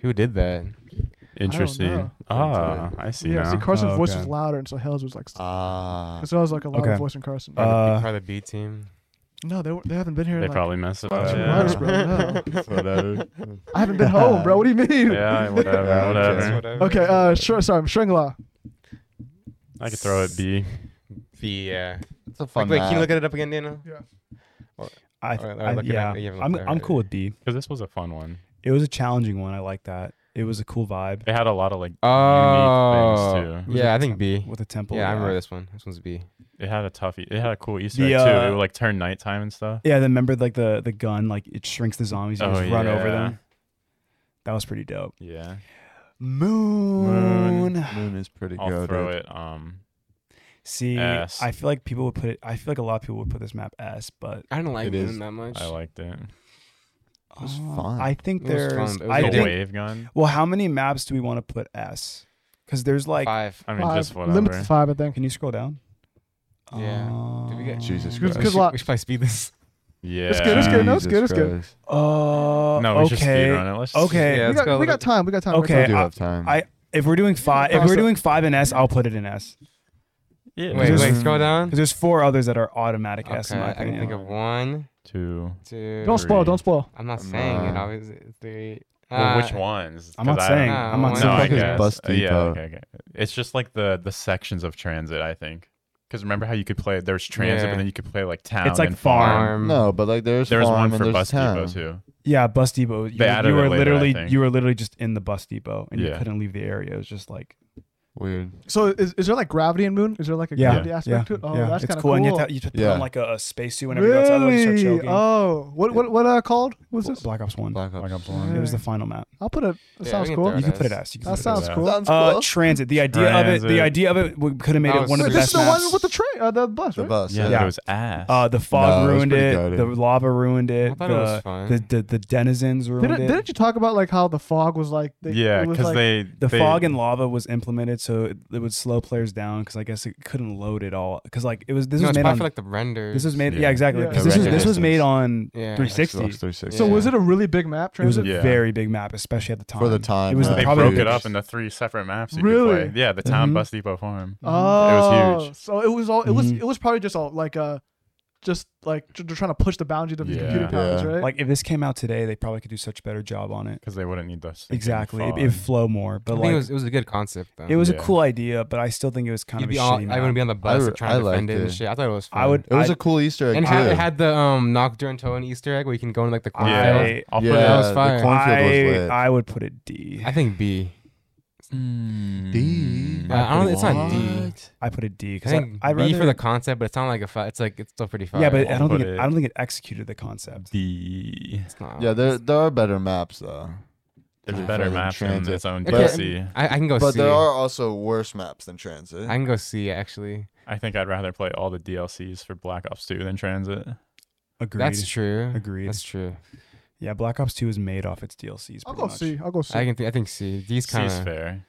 D: who did that?
E: Interesting.
A: know.
E: Ah, I see
A: yeah,
E: now.
A: see, Carson's
C: Oh,
A: voice
C: okay. Uh,
A: was louder, and so Hell's was like, s-
B: Ah.
A: so I was like a louder
C: Okay.
A: voice than Carson.
C: Uh,
D: Part of the B- part of the B team.
A: no, they were, they haven't been here.
E: they
A: in, like,
E: probably messed it
A: two
E: up.
A: months,
E: Yeah.
A: bro. No.
E: Whatever.
A: I haven't been home, bro. What do you mean?
E: Yeah, whatever,
B: Yeah,
E: whatever.
B: okay.
A: Okay, uh, sure. Sorry, I'm Shringla.
E: I could throw it B.
D: B. Yeah.
B: It's a fun
D: Like, like, can you
B: map.
D: look it up again, Dana?
C: I,
D: Alright,
C: I-
D: look it
C: yeah
D: up. You haven't
C: I'm,
D: looked at
C: I'm
D: it.
C: cool with B
E: Because this was a fun one.
C: it was a challenging one I like that it was a cool vibe
E: They had a lot of like unique
D: Oh.
E: things too.
C: was
D: Yeah,
C: a
D: I think
C: temp-
D: B.
C: with a temple
D: Yeah, I remember this one. This one's B.
E: It had a tough. e- It had a cool Easter
C: The,
E: egg too.
C: uh,
E: It would like turn nighttime and stuff.
C: yeah then remember like the the gun like it shrinks the zombies you
E: Oh,
C: just run over
E: yeah.
C: them that was pretty dope
E: Yeah.
C: Moon.
B: Moon is pretty
E: I'll
B: good.
E: throw
B: dude.
E: it. Um.
C: See,
E: S.
C: I feel like people would put it. I feel like a lot of people would put this map S, but
D: I don't like
B: It
D: Moon
B: is.
D: that much.
E: I liked it.
B: was
C: uh,
B: fun.
C: I think
D: It was fun,
C: there's.
D: but it was
C: I
E: The
D: a
C: think.
E: wave gun.
C: Well, how many maps do we want to put S? Because there's like.
D: five.
E: I mean, just
A: Five, limit
E: whatever.
A: to five, I think.
C: Can you scroll down? Um,
D: Yeah. Did we get-
B: Jesus
A: Good-
B: Christ.
A: good luck.
D: We should probably speed this.
E: Yeah.
A: It's good, it's good. No, it's good, it's good.
B: Christ.
C: Uh,
E: No, we
C: okay.
E: should speedrun it. Let's just-
C: okay.
D: Yeah,
A: we
D: let's
A: got,
D: go
A: we
D: with
A: got
D: it.
A: time. We got time. we got
C: Okay,
B: I do
C: I-
B: have time.
C: I if we're doing five if we're
A: Process.
C: doing five in S, I'll put it in S
E: Yeah.
D: Wait,
C: Just-
D: wait, scroll down.
C: because there's four others that are automatic
D: Okay,
C: S. In my
D: I can
C: opinion.
D: think of one,
E: Two.
D: two.
A: time. Don't spoil. Don't spoil.
D: I'm not
B: I'm
D: saying it.
B: not-
D: Obviously, three.
E: Well,
D: uh,
E: which ones?
C: I'm not
E: 'Cause I-
C: saying.
D: no,
C: I'm not
D: one
E: No,
D: of
E: I
D: them is
E: guess.
B: Bus
E: Uh, yeah,
B: Depot.
E: okay, okay. It's just like the the sections of transit, I think. Because remember how you could play there's transit,
D: Yeah.
E: but then you could play like town.
C: It's like
E: and
C: farm.
D: Farm.
B: no, but like there's
E: There's
B: farm
E: one
B: and
E: for
B: there's
E: bus
B: town.
E: depot too.
C: Yeah, bus depot. You,
E: They added
C: you
E: it
C: were
E: later, I
C: literally
E: think.
C: you were literally just in the bus depot and you
E: Yeah.
C: couldn't leave the area. It was just like
B: Weird.
A: So is, is there like gravity in Moon? Is there like a
C: Yeah.
A: gravity aspect to it? Oh, that's
C: it's
A: kind of
C: And you have to, you have to put
B: Yeah.
C: on like a, a spacesuit whenever you go outside, otherwise you start
A: Really?
C: choking.
A: Oh, what what what uh called? What's this?
C: Black Ops One.
B: Black Ops.
E: Black Ops
A: One.
E: One.
C: It was the final map.
A: I'll put it. That
D: Yeah,
A: sounds
D: we can
A: cool.
D: throw it
C: You can
D: at
C: put it
D: us.
C: S. You can
A: That
C: put it
A: sounds
C: S.
E: out.
A: cool.
B: Sounds
C: Uh,
B: cool.
C: transit. The idea of it. The
E: Transit.
C: idea of it. We could have made
D: That
C: it
D: was
C: one of
A: Wait,
C: the
A: this is
C: best
A: the
C: maps.
A: one with the train, uh, the bus,
B: the
A: right?
B: bus.
E: Yeah,
B: Yeah.
E: that
C: Yeah.
E: was ass.
C: Uh, the fog
B: No, it was
C: ruined
B: pretty
C: it.
B: goated.
C: The lava ruined it.
D: I thought
C: the,
D: it was fun.
C: The, the the denizens ruined
A: Didn't,
C: it.
A: didn't you talk about like how the fog was like? They,
E: yeah,
A: it was,
E: because
A: like,
E: they
C: the
E: they-
C: fog and lava was implemented, so it, it would slow players down because I guess it couldn't load it all. Because like it was this
D: no,
C: was
D: it's
C: made
D: probably
C: on
D: for like the renders.
C: this was made yeah,
E: Yeah.
C: exactly
A: Yeah.
C: 'cause this was this was
B: Resistance.
C: made on
D: Yeah.
C: 360.
B: Xbox 360.
A: So
D: Yeah.
A: was it a really big map?
C: It was a
A: Transit.
E: Yeah.
C: very big map, especially at the time.
B: For the time,
C: It was
B: yeah.
C: the
E: they
C: probably
E: broke
C: the
E: it up
B: biggest.
E: into three separate maps. You
A: Really?
E: Could play. Yeah, the town
C: Mhm.
E: bus depot farm.
A: Oh,
E: was huge.
A: so it was all. It was
C: Mhm.
A: it was probably just all like uh, just like tr- they're trying to push the boundaries of these
E: Yeah.
A: computer powers,
B: Yeah.
A: right?
C: Mm-hmm. like if this came out today, they probably could do such a better job on it.
E: Because they wouldn't need this.
C: Exactly, it, would flow more.
D: I
C: But
D: think
C: like
D: it was. It was a good concept though.
C: a
E: Yeah.
C: cool idea, but I still think it was kind
D: You'd
C: of a
D: be all,
C: shitty
D: I wouldn't
C: map.
D: be on the bus
B: I-
D: like, trying
B: I
D: to defend
B: liked
D: it and
B: it.
D: shit. I thought it was fun.
C: I would.
B: It was
C: I-
B: a cool Easter egg
D: And it
B: too.
D: had, it had the um Nocturne Toan Easter egg where you can go in like the
E: Yeah,
D: cornfield.
C: I-
E: I'll put
B: yeah,
E: it.
D: that was fire.
B: The cornfield was
C: I,
B: lit.
C: I would put it D.
D: I think B.
B: Mm.
E: Mm.
B: D.
D: Uh, I don't. It's not D.
B: What?
C: I put a D
D: I
C: because I,
D: think
C: I
D: B
C: rather,
D: for the concept, but it's not like a. Fi- it's like it's still pretty far.
C: yeah, but I
E: I'll
C: don't think
E: put
C: it,
E: it-
C: I don't think it executed the concept.
E: D.
D: it's not.
B: Yeah, there there are better maps though.
E: There's
B: Yeah.
E: better
B: Fucking
E: maps in
B: transit.
E: its own
D: Okay,
E: DLC.
D: I, I can go
B: But
D: C.
B: there are also worse maps than Transit.
D: I can go C actually.
E: I think I'd rather play all the DLCs for Black Ops 2 than Transit.
C: Agreed.
D: That's true.
C: Agreed.
D: That's true.
C: yeah, Black Ops 2 is made off its DLCs.
A: I'll go
C: pretty much.
A: see. I'll go see.
D: I can. Th- I think C. D's kind
E: Seems
D: of.
E: fair.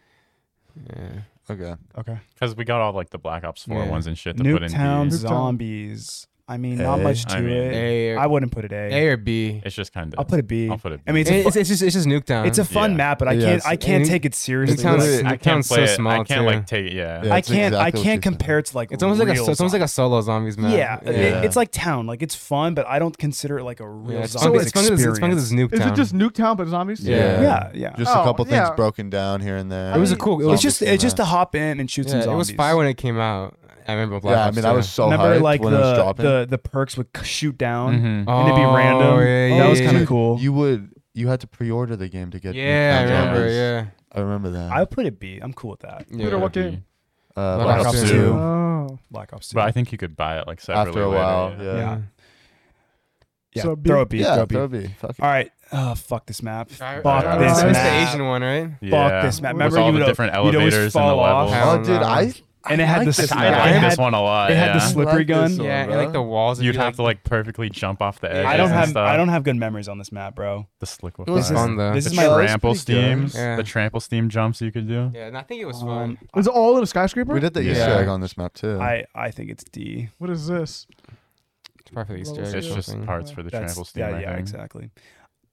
D: Yeah.
B: okay.
C: Okay.
E: Because we got all like the Black Ops 4
D: Yeah.
E: ones and shit to put in
C: Nuketown
E: D.
A: Nuketown.
C: Zombies. I mean, not
B: A.
C: much to
E: I mean,
C: it.
D: A
C: I
D: or,
C: I wouldn't put it
D: A
C: A.
D: or B.
E: It's just kind of.
C: I'll put a B.
E: I'll put it.
C: I mean, it's
D: It's, it's,
C: a fu-
D: it's just it's just Nuketown.
C: It's a fun
E: Yeah.
C: map, but I
B: Yeah,
C: can't
B: it's-
C: I can't
D: and
C: take it seriously.
D: Nuketown's-
C: Like,
E: I
D: Nuketown's
E: can't play
D: so
E: it.
D: small,
E: I can't
D: too.
E: like take it. Yeah.
B: Yeah.
C: I
B: it's
C: can't
B: exactly
C: I
B: what
C: can't
B: you said.
C: compare it to like
D: It's almost like a.
C: real
D: so- It's almost like
C: zombies.
D: a solo zombies map.
C: yeah, it-
B: Yeah.
C: it's like town. Like it's fun, but I don't consider it like a real
D: Yeah, it's fun
C: zombies
D: 'cause- it's fun 'cause it's- it's fun 'cause
C: experience.
D: it's Nuketown.
A: Is it just Nuketown but zombies?
D: Yeah.
C: Yeah, yeah.
B: Just
A: Oh,
B: a couple
A: yeah.
B: things broken down here and there.
A: I
D: It was a
A: mean,
D: cool. It
C: It's
D: was
B: Zombies
C: just
B: came
C: it's just
B: out.
C: to hop in and shoot some
D: Yeah, it
C: zombies.
D: was fire when it came out. I remember Black
B: yeah, I
D: Ops
B: mean, I
D: 2.
B: was so
C: Remember
B: hyped
C: like
B: when it was
C: the,
B: dropping.
C: the the perks would c- shoot down
E: Mhm.
D: Oh,
C: and it'd be random.
D: Yeah, yeah,
C: that was
D: yeah,
C: kind
D: yeah.
C: of cool.
B: You would you had to pre-order the game to get.
D: Yeah, I
B: Nuketown
D: remember.
B: Zombies.
D: Yeah.
B: I remember that.
C: I would put it B. I'm cool with that.
D: yeah.
A: Peter, what game?
B: uh,
D: Black
B: Black
C: Ops
B: Ops
C: two.
B: Two.
A: Oh,
C: Black Ops 2.
E: But I think you could buy it like separately.
B: After a
E: later,
B: while,
E: yeah.
B: yeah.
D: Yeah.
C: yeah,
A: So B.
C: throw it B. throw
B: Yeah,
C: it B.
B: they'll be. Fuck it.
C: All right. Uh, fuck this map.
D: Fire-
C: Fuck
E: Uh,
C: this
D: it's the
C: map.
D: Asian one, right?
E: Yeah.
C: this map.
E: With
A: Remember
E: all
C: you
E: the
C: would-
E: different
C: you'd always
E: elevators and the
C: fall off.
E: levels.
D: Hell
B: Oh, dude,
D: no.
B: I
C: And it had
B: like
C: the
B: this
C: side-
E: I
C: Yeah,
E: like
C: it had-
E: this one a lot.
C: it had the
E: yeah.
C: slippery gun.
B: one,
D: Yeah, and like
B: bro.
D: the walls. would
E: You'd
D: be,
E: have to like perfectly jump off the edge.
C: I don't
E: and
C: have
E: stuff.
C: I don't have good memories on this map, bro.
E: the slick
B: It was
D: It's
E: fire.
D: fun though.
C: This
E: the
C: is my
B: Yeah.
E: trample
B: It's pretty good.
E: steams,
D: Yeah.
E: the trample steam jumps you could do.
D: yeah, and I think it was
C: Um,
D: fun.
A: Is it all in a skyscraper?
B: We did the
E: Yeah.
B: Easter egg on this map too.
C: I I think it's D.
A: what is this?
D: It's probably
A: Well,
D: Easter
A: we'll
D: egg. or
E: It's just
D: something.
E: parts for the
C: That's
E: trample steam.
C: yeah
E: I
C: yeah
E: think.
C: exactly.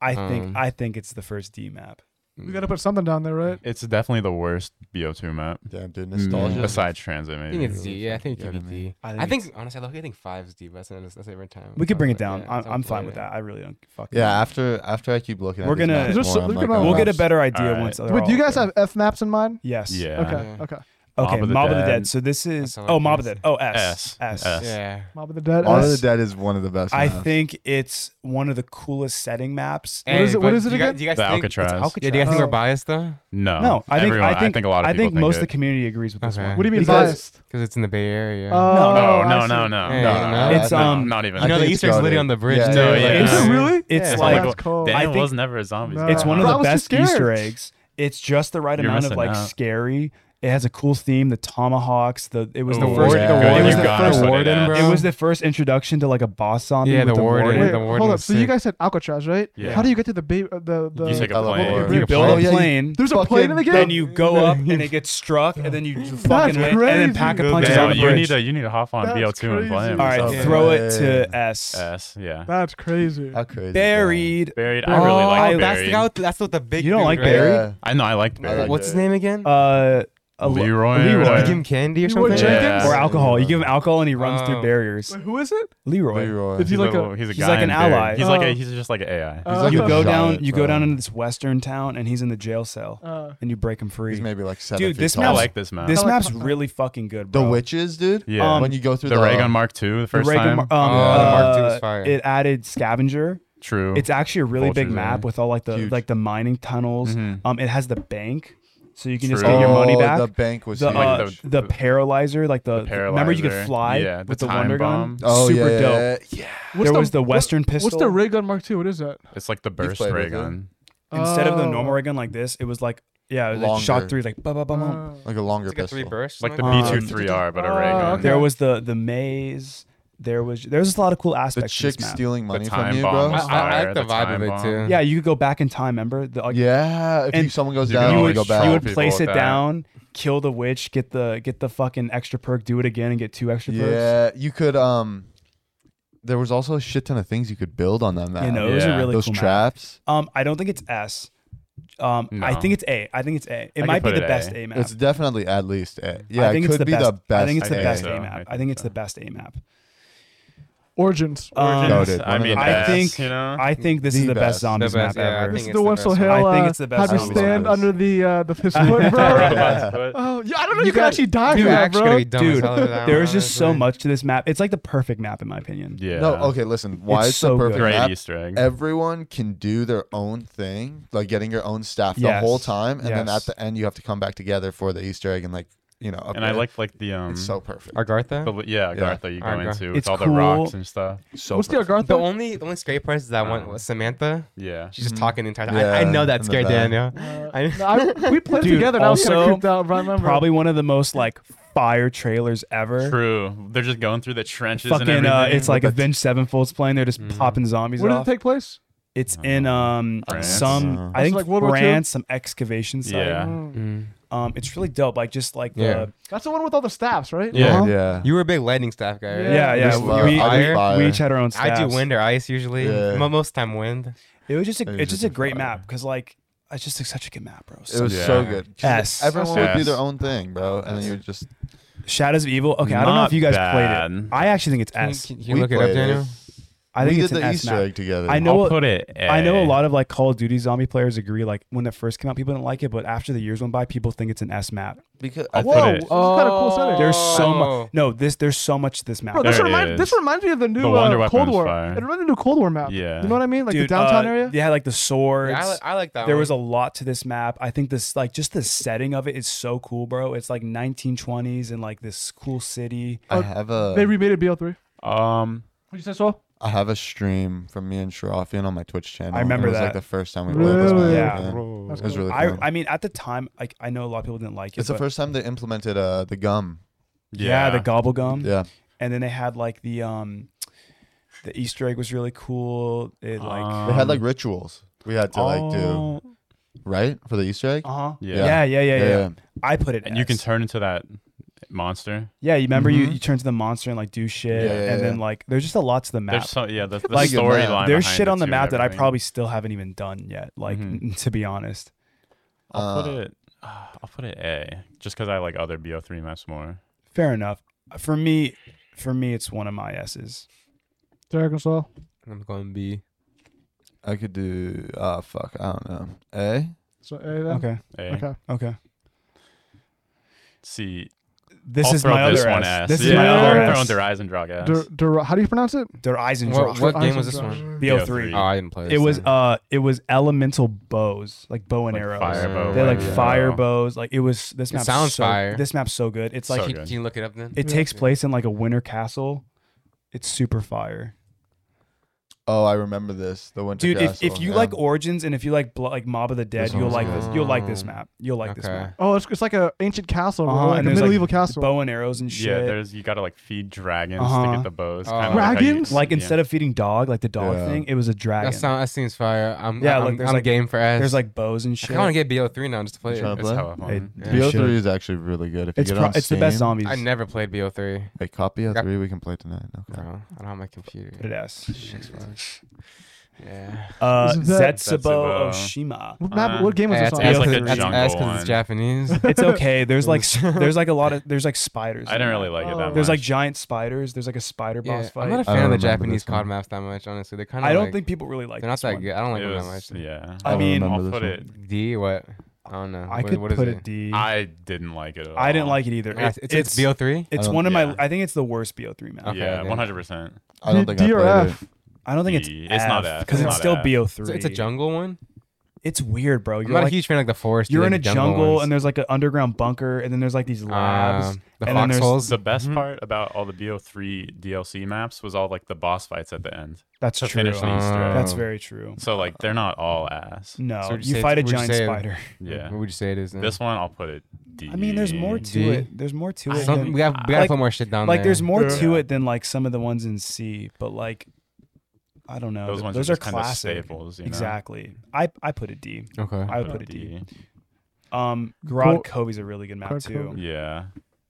C: I think
D: Um,
C: I think it's the first D map.
A: We
D: Mm.
A: gotta put something down there, right?
E: It's definitely the worst BO2 map.
B: Damn, dude,
E: Mm,
B: nostalgia.
E: Besides transit,
D: I
E: maybe.
D: think it's D. Yeah, I think it
B: Yeah,
D: could
B: to
D: be
B: me.
D: D.
C: I think
D: I think
C: it's-
D: honestly, I look, I think five is D, but that's another, that's a different time.
C: We could
D: So
C: bring it
D: it's like,
C: down.
D: yeah,
C: I,
D: it's all
C: I'm fine
D: good.
C: with that. I really don't fucking.
B: Yeah, after after I keep looking,
C: We're
B: at these
C: gonna-
B: maps
A: There's
B: more,
A: so-
B: I'm
A: look
B: like,
A: at my
B: oh,
C: we'll get a
B: that's-
C: better idea
E: Alright.
C: once. they're
A: But do
C: all
A: you guys
C: there.
A: have F maps in mind?
C: Yes.
E: Yeah.
A: Okay,
D: Yeah.
A: okay.
C: Okay.
E: Mob of the
C: Mob of the
E: Dead.
C: Dead. So this is
D: That's all I
C: oh
D: can
C: Mob of the
D: say.
C: Dead. Oh S
E: S.
C: S.
E: S.
D: Yeah.
A: Mob of the Dead.
B: All of
A: S.
B: the Dead is one of the best.
C: I
B: maps.
C: think it's one of the coolest setting maps.
A: What is it-
D: Hey,
A: what
D: but
A: is it
D: do you guys-
A: again?
D: Do you guys
E: The
D: think?
E: Alcatraz.
D: Yeah, do you guys think
A: Oh.
D: we're biased though?
E: No.
C: No, I think
E: everyone-
C: I think
E: a lot of
C: I
E: people
C: think most of the
E: it.
C: community agrees with this
D: Okay.
C: one.
A: What do you mean
C: Because-
A: biased?
D: Because it's in the Bay Area.
A: Oh,
E: No,
A: I
E: no,
A: see.
E: no, no,
D: Hey,
E: no.
D: no.
C: It's,
E: no,
C: um,
E: not even.
B: I
D: You know, the
B: think it's
D: Easter egg's
B: got
D: literally
B: it.
D: on the bridge.
B: Yeah,
D: too,
E: yeah,
D: like-
E: yeah.
A: Is
E: It's
A: it
E: Yeah.
A: really?
C: It's
E: Yeah.
C: like
A: That's cool.
E: Damn,
C: I
E: it
C: think-
E: Uh, was never a zombie.
A: No.
E: game.
C: it's one of
A: Bro, I
C: the
A: was too scared.
C: best Easter eggs. It's just the right
E: You're
C: amount of
E: missing
C: like
E: out.
C: scary It has a cool theme. The tomahawks. The it was the
D: Oh,
E: Ooh,
C: first.
B: yeah.
C: the-
B: Good,
C: it was
B: you
C: the
B: got
C: first.
D: it. Warden,
E: yeah.
D: bro.
C: It was the first introduction to like a boss zombie.
D: Yeah,
C: with
D: the warden.
A: Wait,
D: the warden
A: hold up.
D: was
A: So you
D: sick.
A: guys said Alcatraz, right?
E: Yeah.
A: How do you get to the ba- uh, the the?
E: You take a
B: Hello,
E: plane.
B: Warden.
C: You build
A: Oh,
C: a
A: yeah, you-
C: plane.
A: There's a plane in the game.
C: Then you go up and it gets struck, and then you fucking hit, and
A: crazy.
C: then pack a
A: Dude,
C: punch
A: punches
E: Damn,
A: on the
E: you
A: bridge.
E: need to you need to hop on
A: That's
E: BL2 and play
A: crazy.
E: him.
C: All right,
B: Okay.
C: throw it to
B: Yeah.
C: S.
E: S, yeah.
A: That's crazy.
B: How crazy. is that?
C: Buried.
E: Buried. I really like
D: oh,
E: Buried.
D: that's the guy. With, that's what the big.
C: You don't
D: dude,
C: like
D: right?
C: Barry?
B: Yeah.
E: I know. I liked
B: I
E: Buried.
B: like
D: What's his
B: Barry.
D: name again?
C: Uh, a lo-
E: Leroy.
C: Leroy.
D: Like, give him candy or
A: You want
D: something.
E: Yeah.
A: Jenkins?
C: or alcohol. You give him alcohol and he runs
D: Oh.
C: through barriers.
A: Wait, who is it?
C: Leroy.
B: Leroy.
A: Is he
E: He's
A: like a-
E: a he's a
C: he's
E: guy
C: like an
E: in Buried.
C: ally.
E: He's like
A: Oh.
E: a he's just like an AI.
A: Uh,
B: like
C: you
B: a
C: go down.
B: giant,
C: You go
B: bro.
C: down into this western town, and he's in the jail cell,
A: Uh,
C: and you break him free.
B: He's maybe like seven.
C: Dude,
B: feet
C: this
B: tall.
E: I
C: map's-
E: like this map.
C: this
A: I like
C: map's
A: that.
C: really fucking good,
B: the
C: bro.
B: witches, dude.
E: yeah.
C: um,
B: when you go through
E: the
B: the,
E: Raygun Mark II, the
C: The
E: first time.
C: Reagan Mar- um,
D: Oh, the Mark II
C: uh,
D: was fire.
C: It added scavenger.
E: True.
C: It's actually a really big
E: Vultures,
C: map
E: yeah.
C: with all like the
B: Huge. Mm-hmm.
C: like the mining tunnels.
E: Mhm.
C: Um, it has the bank, so you can just
E: True.
C: get your money
B: Oh,
C: back.
B: The bank was
C: the,
B: huge.
C: uh,
E: Like the-
C: the paralyzer, like the,
E: The
C: remember you could
E: paralyzer.
C: fly
E: Yeah, the
C: with the
E: time
C: wonder gun.
E: bomb.
B: oh
C: Super
B: yeah,
C: dope.
B: yeah, yeah.
A: what's
C: there was the
A: what-
C: Western pistol.
A: What's the ray gun mark two? What is that?
E: It's like the burst
B: played with it?
E: Raygun.
C: Instead of the
A: Oh.
C: normal ray gun like this, it was like yeah, it was like
B: Longer.
C: shot through like bum, bum, bum, bum.
A: Uh,
B: Like a longer
D: It's like a three
B: pistol.
D: burst.
E: Like the
D: something
E: B
C: Um,
E: two three R, but a
A: oh,
E: Raygun.
A: okay.
C: There was the the maze. There was there was just a lot of cool
B: The
C: aspects. to this
B: chick
C: map.
B: stealing money from
E: time
B: you,
E: bomb
B: bro.
E: was
D: I- I like
E: fire,
D: the vibe
E: time
D: of it,
E: bomb.
D: too.
E: Yeah.
C: Yeah, you could go back in time. Remember the like,
B: Yeah, if
C: And
B: you, someone goes
E: you
B: down,
E: can
B: you
E: always
B: go
E: shoot
B: back.
C: you
E: people
C: would place it
E: with that.
C: down, kill the witch, get the get the fucking extra perk, do it again, and get two extra perks.
B: yeah, you could. Um, there was also a shit ton of things you could build on that map.
C: You know, it was a
E: Yeah.
C: really
B: those
C: cool map.
B: traps.
C: Um, I don't think it's S. Um, I
E: No.
C: think it's A. I think it's A. It
E: could
C: might be
E: put
C: the
E: it
C: best
E: A.
C: A map.
B: It's definitely at least. A. Yeah,
C: I
B: it
C: think it's
B: could
C: the
B: be
C: best.
B: the best.
C: I think it's the
E: I think
C: best
E: so.
C: A map.
E: I
C: I
E: think
C: think it's
E: so.
C: the best A map.
A: Origins.
C: Um,
E: Origins,
B: Noted.
E: I
B: One of
E: mean,
B: the
E: I
C: best.
E: think
C: The
E: you know.
C: I think this
B: The
C: is the best,
B: best.
C: zombies
D: The best,
C: map
D: yeah, I
C: ever.
A: this
D: think
A: is
D: it's
A: the
D: the
A: one
D: best
A: so
D: one.
A: hell.
C: I think
A: uh,
C: it's the best
A: Had me
B: zombie
A: stand
B: map.
A: under the uh, the fist hood, bro.
E: Robust, but-
A: Oh yeah, I don't know. You,
C: You
A: could
C: got-
A: actually die
D: Dude,
A: from that,
D: actually
A: bro.
D: gonna be dumb as
C: Dude,
D: hell with that
C: There
D: one,
C: is just so
D: honestly.
C: much to this map. It's like the perfect map in my opinion.
E: Yeah.
B: No, okay, listen. Why
C: It's
B: it's
C: so
B: the perfect
C: good.
E: Great
B: map?
E: Easter egg.
B: Everyone can do their own thing, like getting your own staff the
C: Yes.
B: whole time, and then
C: Yes.
B: at the end you have to come back together for the Easter egg and like you know.
E: and I
B: upgrade.
E: like like the um.
B: it's so perfect.
D: Agartha.
E: the- yeah, Gartha you go
D: Agartha.
E: into with
C: It's
E: all the
C: cool.
E: rocks and stuff.
B: So
A: What's the
B: perfect.
A: Agartha?
D: The only the only scary part is that one
E: Um,
D: was Samantha.
E: Yeah.
D: She's just
B: Mhm.
D: talking the entire time. I, I
B: Yeah,
D: know
B: in
D: that
B: the
D: scared
B: back.
D: Daniel.
A: Uh,
D: I,
A: no, I- we played
C: Dude,
A: together. and I was kind
C: also,
A: of creeped out. But I remember.
C: Probably one of the most like fire trailers ever.
E: True. They're just going through the trenches and
C: Fucking,
E: everything.
C: uh, it's like
B: With the- Mm-hmm.
C: Avenged Sevenfold's playing. They're just
D: Mhm.
C: popping zombies
A: Where did it
C: off.
A: take place?
C: it's in um
E: France.
C: some,
B: Uh,
C: I
A: It's
C: think
A: like World War II?
C: France, some excavation site.
E: Yeah.
A: Mm.
D: Mm.
C: Um, it's really dope. Like just like
D: Yeah.
C: the
A: That's the one with all the staffs, right?
E: Yeah.
C: Uh-huh.
B: Yeah.
D: You were a big lightning staff guy.
A: Yeah.
D: Right?
C: yeah, yeah.
B: Just love-
C: We,
B: I
D: fire.
B: just fire.
C: we each had our own. Staffs.
D: I do wind or ice usually.
B: Yeah.
D: Mo- Most time wind.
C: It was just a,
B: It was
C: it's just
B: just
C: a
B: a
C: great
B: fire.
C: map because like it's just such a good map, bro.
B: It
C: So
B: was
E: Yeah.
B: so good. 'Cause
C: S.
B: Everyone would do
E: S.
B: their own thing, bro, and then you would just
C: Shadows of Evil. Okay, I don't know if you guys played it. I actually think it's
D: Can you,
C: S.
D: can you
B: We
D: look it up,
B: played
D: Daniel?
C: I think
B: we
C: it's
B: did
C: an
B: the
C: S
B: Easter
C: map.
B: egg together.
C: I know
E: I'll
C: it-
E: put it.
C: I know a lot of like Call of Duty zombie players agree. Like when it first came out, people didn't like it, but after the years went by, people think it's an S map.
B: because
E: I
A: Whoa,
E: put
A: this
E: it-
A: is kind of cool setting.
C: There's so
D: Oh.
C: much. No, this there's so much to this map.
A: Bro, Oh, this,
E: There it
A: remind, this
E: is.
A: reminds me of the new
E: The Wonder
A: uh, Cold
E: Weapon's
A: War.
E: fire.
A: It reminds me of the Cold War map.
E: Yeah.
A: You know what I mean? Like the
C: Dude,
A: downtown
C: uh,
A: area.
C: Yeah, like the swords.
D: Yeah, I, li- I like that
C: there
D: one.
C: was a lot to this map. I think this like just the setting of it is so cool, bro. It's like 1920s and like this cool city.
B: I have a
A: They remade it BL3. What
E: Um,
A: you say, Saul?
B: I have a stream from me and Sharafian on my Twitch channel.
C: I remember
B: it was
C: that.
B: like the first time we played this
A: Really?
B: map.
C: Yeah.
B: It was really
C: I
B: fun.
C: I mean at the time like I know a lot of people didn't like it.
B: it's the
C: but-
B: first time they implemented uh, the gum.
E: yeah,
C: yeah, the gobble gum.
B: Yeah.
C: And then they had like the um the Easter egg was really cool. It like
E: Um,
B: They had like rituals we had to like do, right? For the Easter egg?
C: Uh huh.
E: Yeah.
C: Yeah. Yeah, oh. yeah, yeah,
B: Yeah.
C: I put it.
E: and you
C: as.
E: can turn into that monster.
C: Yeah, you remember you,
B: Mhm.
C: you turn to the monster and like do shit,
B: Yeah, yeah,
C: and then
B: yeah.
C: like there's just a lot to the map.
E: There's so yeah, the, the
B: Like a map.
E: storyline.
C: There's
E: behind it
C: shit on the
E: too,
C: map that I
E: everything.
C: probably still haven't even done yet. Like
E: Mhm.
C: to be honest,
E: I'll put
B: Uh,
E: it. Uh, I'll put it A, just because I like other BO3 maps more.
C: fair enough. For me, for me, it's one of my S's.
A: Derek and Saul.
D: I'm going B.
B: I could do. Uh, fuck. I don't know. A.
A: So, A then?
C: Okay,
E: A,
A: Okay.
C: okay.
E: C.
C: This
E: I'll
C: is
E: throw
C: my
E: this
C: other
E: one
C: S.
E: S.
C: This
E: yeah,
C: is my
A: I'll
C: other
E: I'm throwing
C: S.
E: their eyes and drug ass.
A: Dur- dur- how do you pronounce it?
C: Der
D: What,
C: Eisendrach.
D: what
A: Eyes
D: game was
A: and
D: this
A: Drugs.
D: one?
C: BO3.
D: Oh, I didn't play. This
C: It was
D: one.
C: uh, it was elemental bows, like bow and
E: Like
C: arrows.
E: fire bow,
C: They're like
E: yeah.
C: fire bows. Like it was this
D: It
C: map.
D: sounds
C: so,
D: fire.
C: This map's so good. It's like
E: So
D: Can,
E: good.
D: can you look it up then?
C: it takes place in like a winter castle. It's super fire.
B: Oh, I remember this. The winter.
C: Dude, if,
B: Castle,
D: oh,
C: if you
B: yeah.
C: like Origins and if you like Blo- like Mob of the Dead,
B: This
C: you'll
B: one's
C: like
B: good.
C: this. You'll like this
D: Mm.
C: map. You'll like this
D: Okay.
C: map.
A: Oh, it's, it's like a ancient castle, bro,
C: Uh-huh,
A: like
C: and
A: a
C: there's, like,
A: medieval castle.
C: Bow and arrows and
E: Yeah,
C: shit.
E: there's you gotta like feed dragons to
C: Uh-huh.
E: get the bows.
D: Oh.
E: kinda like how you-
A: Dragons?
C: like
E: yeah.
C: instead of feeding dog, like the dog
B: Yeah.
C: thing, it was a dragon.
D: That sound that seems fire. I'm
C: Yeah,
D: yeah,
C: look,
D: I'm,
C: there's
D: I'm
C: like-
D: game for S.
C: there's like bows and shit.
D: I want to get BO3 now just to play
B: Tryna
D: it.
E: That's
B: play?
E: how I
C: Hey,
E: found it.
C: yeah.
B: BO3
C: Sure.
B: is actually really good. If you
C: It's
B: get it
C: pro-
B: on
C: it's the best
B: Steam-
C: zombies.
D: I never played BO3.
B: Wait, copy of
D: Yeah.
B: three. We can play tonight. Okay.
D: Bro, I don't have my computer.
C: Put it S.
D: Yeah.
C: Uh,
A: Is that-
C: Zetsubo Oshima.
A: What map?
E: Uh,
A: what game was
D: Hey,
A: this
D: that's
A: on?
E: It's
D: S
E: like a
D: 'cause- that's
E: jungle
D: S 'cause
E: one.
D: it's Japanese.
C: It's okay. There's like
D: Oof.
C: there's like a lot of there's like spiders.
E: I
C: in
E: didn't
C: that.
E: really like it
A: Oh.
E: that
C: There's like
E: much.
C: giant spiders. There's like a spider
D: Yeah,
C: boss fight.
D: I'm not a
B: I
D: fan of
B: don't
D: the
B: remember
D: Japanese
B: this one.
D: COD maps that much, honestly. They're kind of
C: I don't
D: like,
C: think people really like.
D: they're not
C: this
D: that
C: one.
D: good. I don't like
E: It
D: them that
E: was-
D: much.
E: yeah.
C: I mean,
B: remember
E: I'll
B: this
E: put
B: one.
E: it.
D: D what? I don't know.
C: I
D: What-
C: could
D: what is
C: put
D: it?
C: a D. I,
E: I didn't like it at all.
C: didn't like it either.
D: Yeah,
C: It-
D: it's, it's, it's BO3.
C: It's
B: I
C: one of my.
E: yeah.
C: I think it's the worst BO3 map.
D: Okay,
E: yeah,
D: yeah.
E: one hundred percent.
B: I don't think
A: D
B: I
A: or
B: played
A: F?
B: it.
C: I don't think it's.
E: E. It's not F.
C: because
E: It's
C: it's
E: not
C: still
E: F.
C: BO3.
D: It's, it's a jungle one.
C: It's weird, bro. You're
D: I'm not
C: like
D: a huge fan of like the forest.
C: you're
D: like
C: in a
D: the jungle,
C: jungle,
D: ones.
C: and there's like an underground bunker, and then there's like these labs.
D: Um, the
C: and then there's- Mm-hmm.
D: foxholes.
E: The best part about all the BO3 DLC maps was all like the boss fights at the end
C: That's
E: to
C: true. Uh,
E: finish the Easter egg.
C: That's
D: Um,
C: very true.
E: So like they're not all ass.
C: No,
D: So would you
C: you
D: say
C: fight a
D: it's- would you
C: giant
D: say-
C: spider.
E: Yeah.
D: What would you say it is? then?
E: This one I'll put it D.
C: I mean, there's more to
D: D.
C: it. There's more to it.
D: Some,
C: than-
D: we have we gotta
C: like-
D: put more shit down
C: like
D: there.
C: there's more
E: Yeah.
C: to it than like some of the ones in C, but like I don't know.
E: Those
C: Th-
E: ones
C: those
E: are,
C: are,
E: just kinda
C: classic.
E: staples. You know?
C: Exactly. I I put a D.
D: Okay.
C: I would
E: But
C: put a D.
E: D.
C: Um,
A: Cool.
C: Grod Kobe's a really good map
A: Grod
C: too.
A: Kobe.
E: Yeah.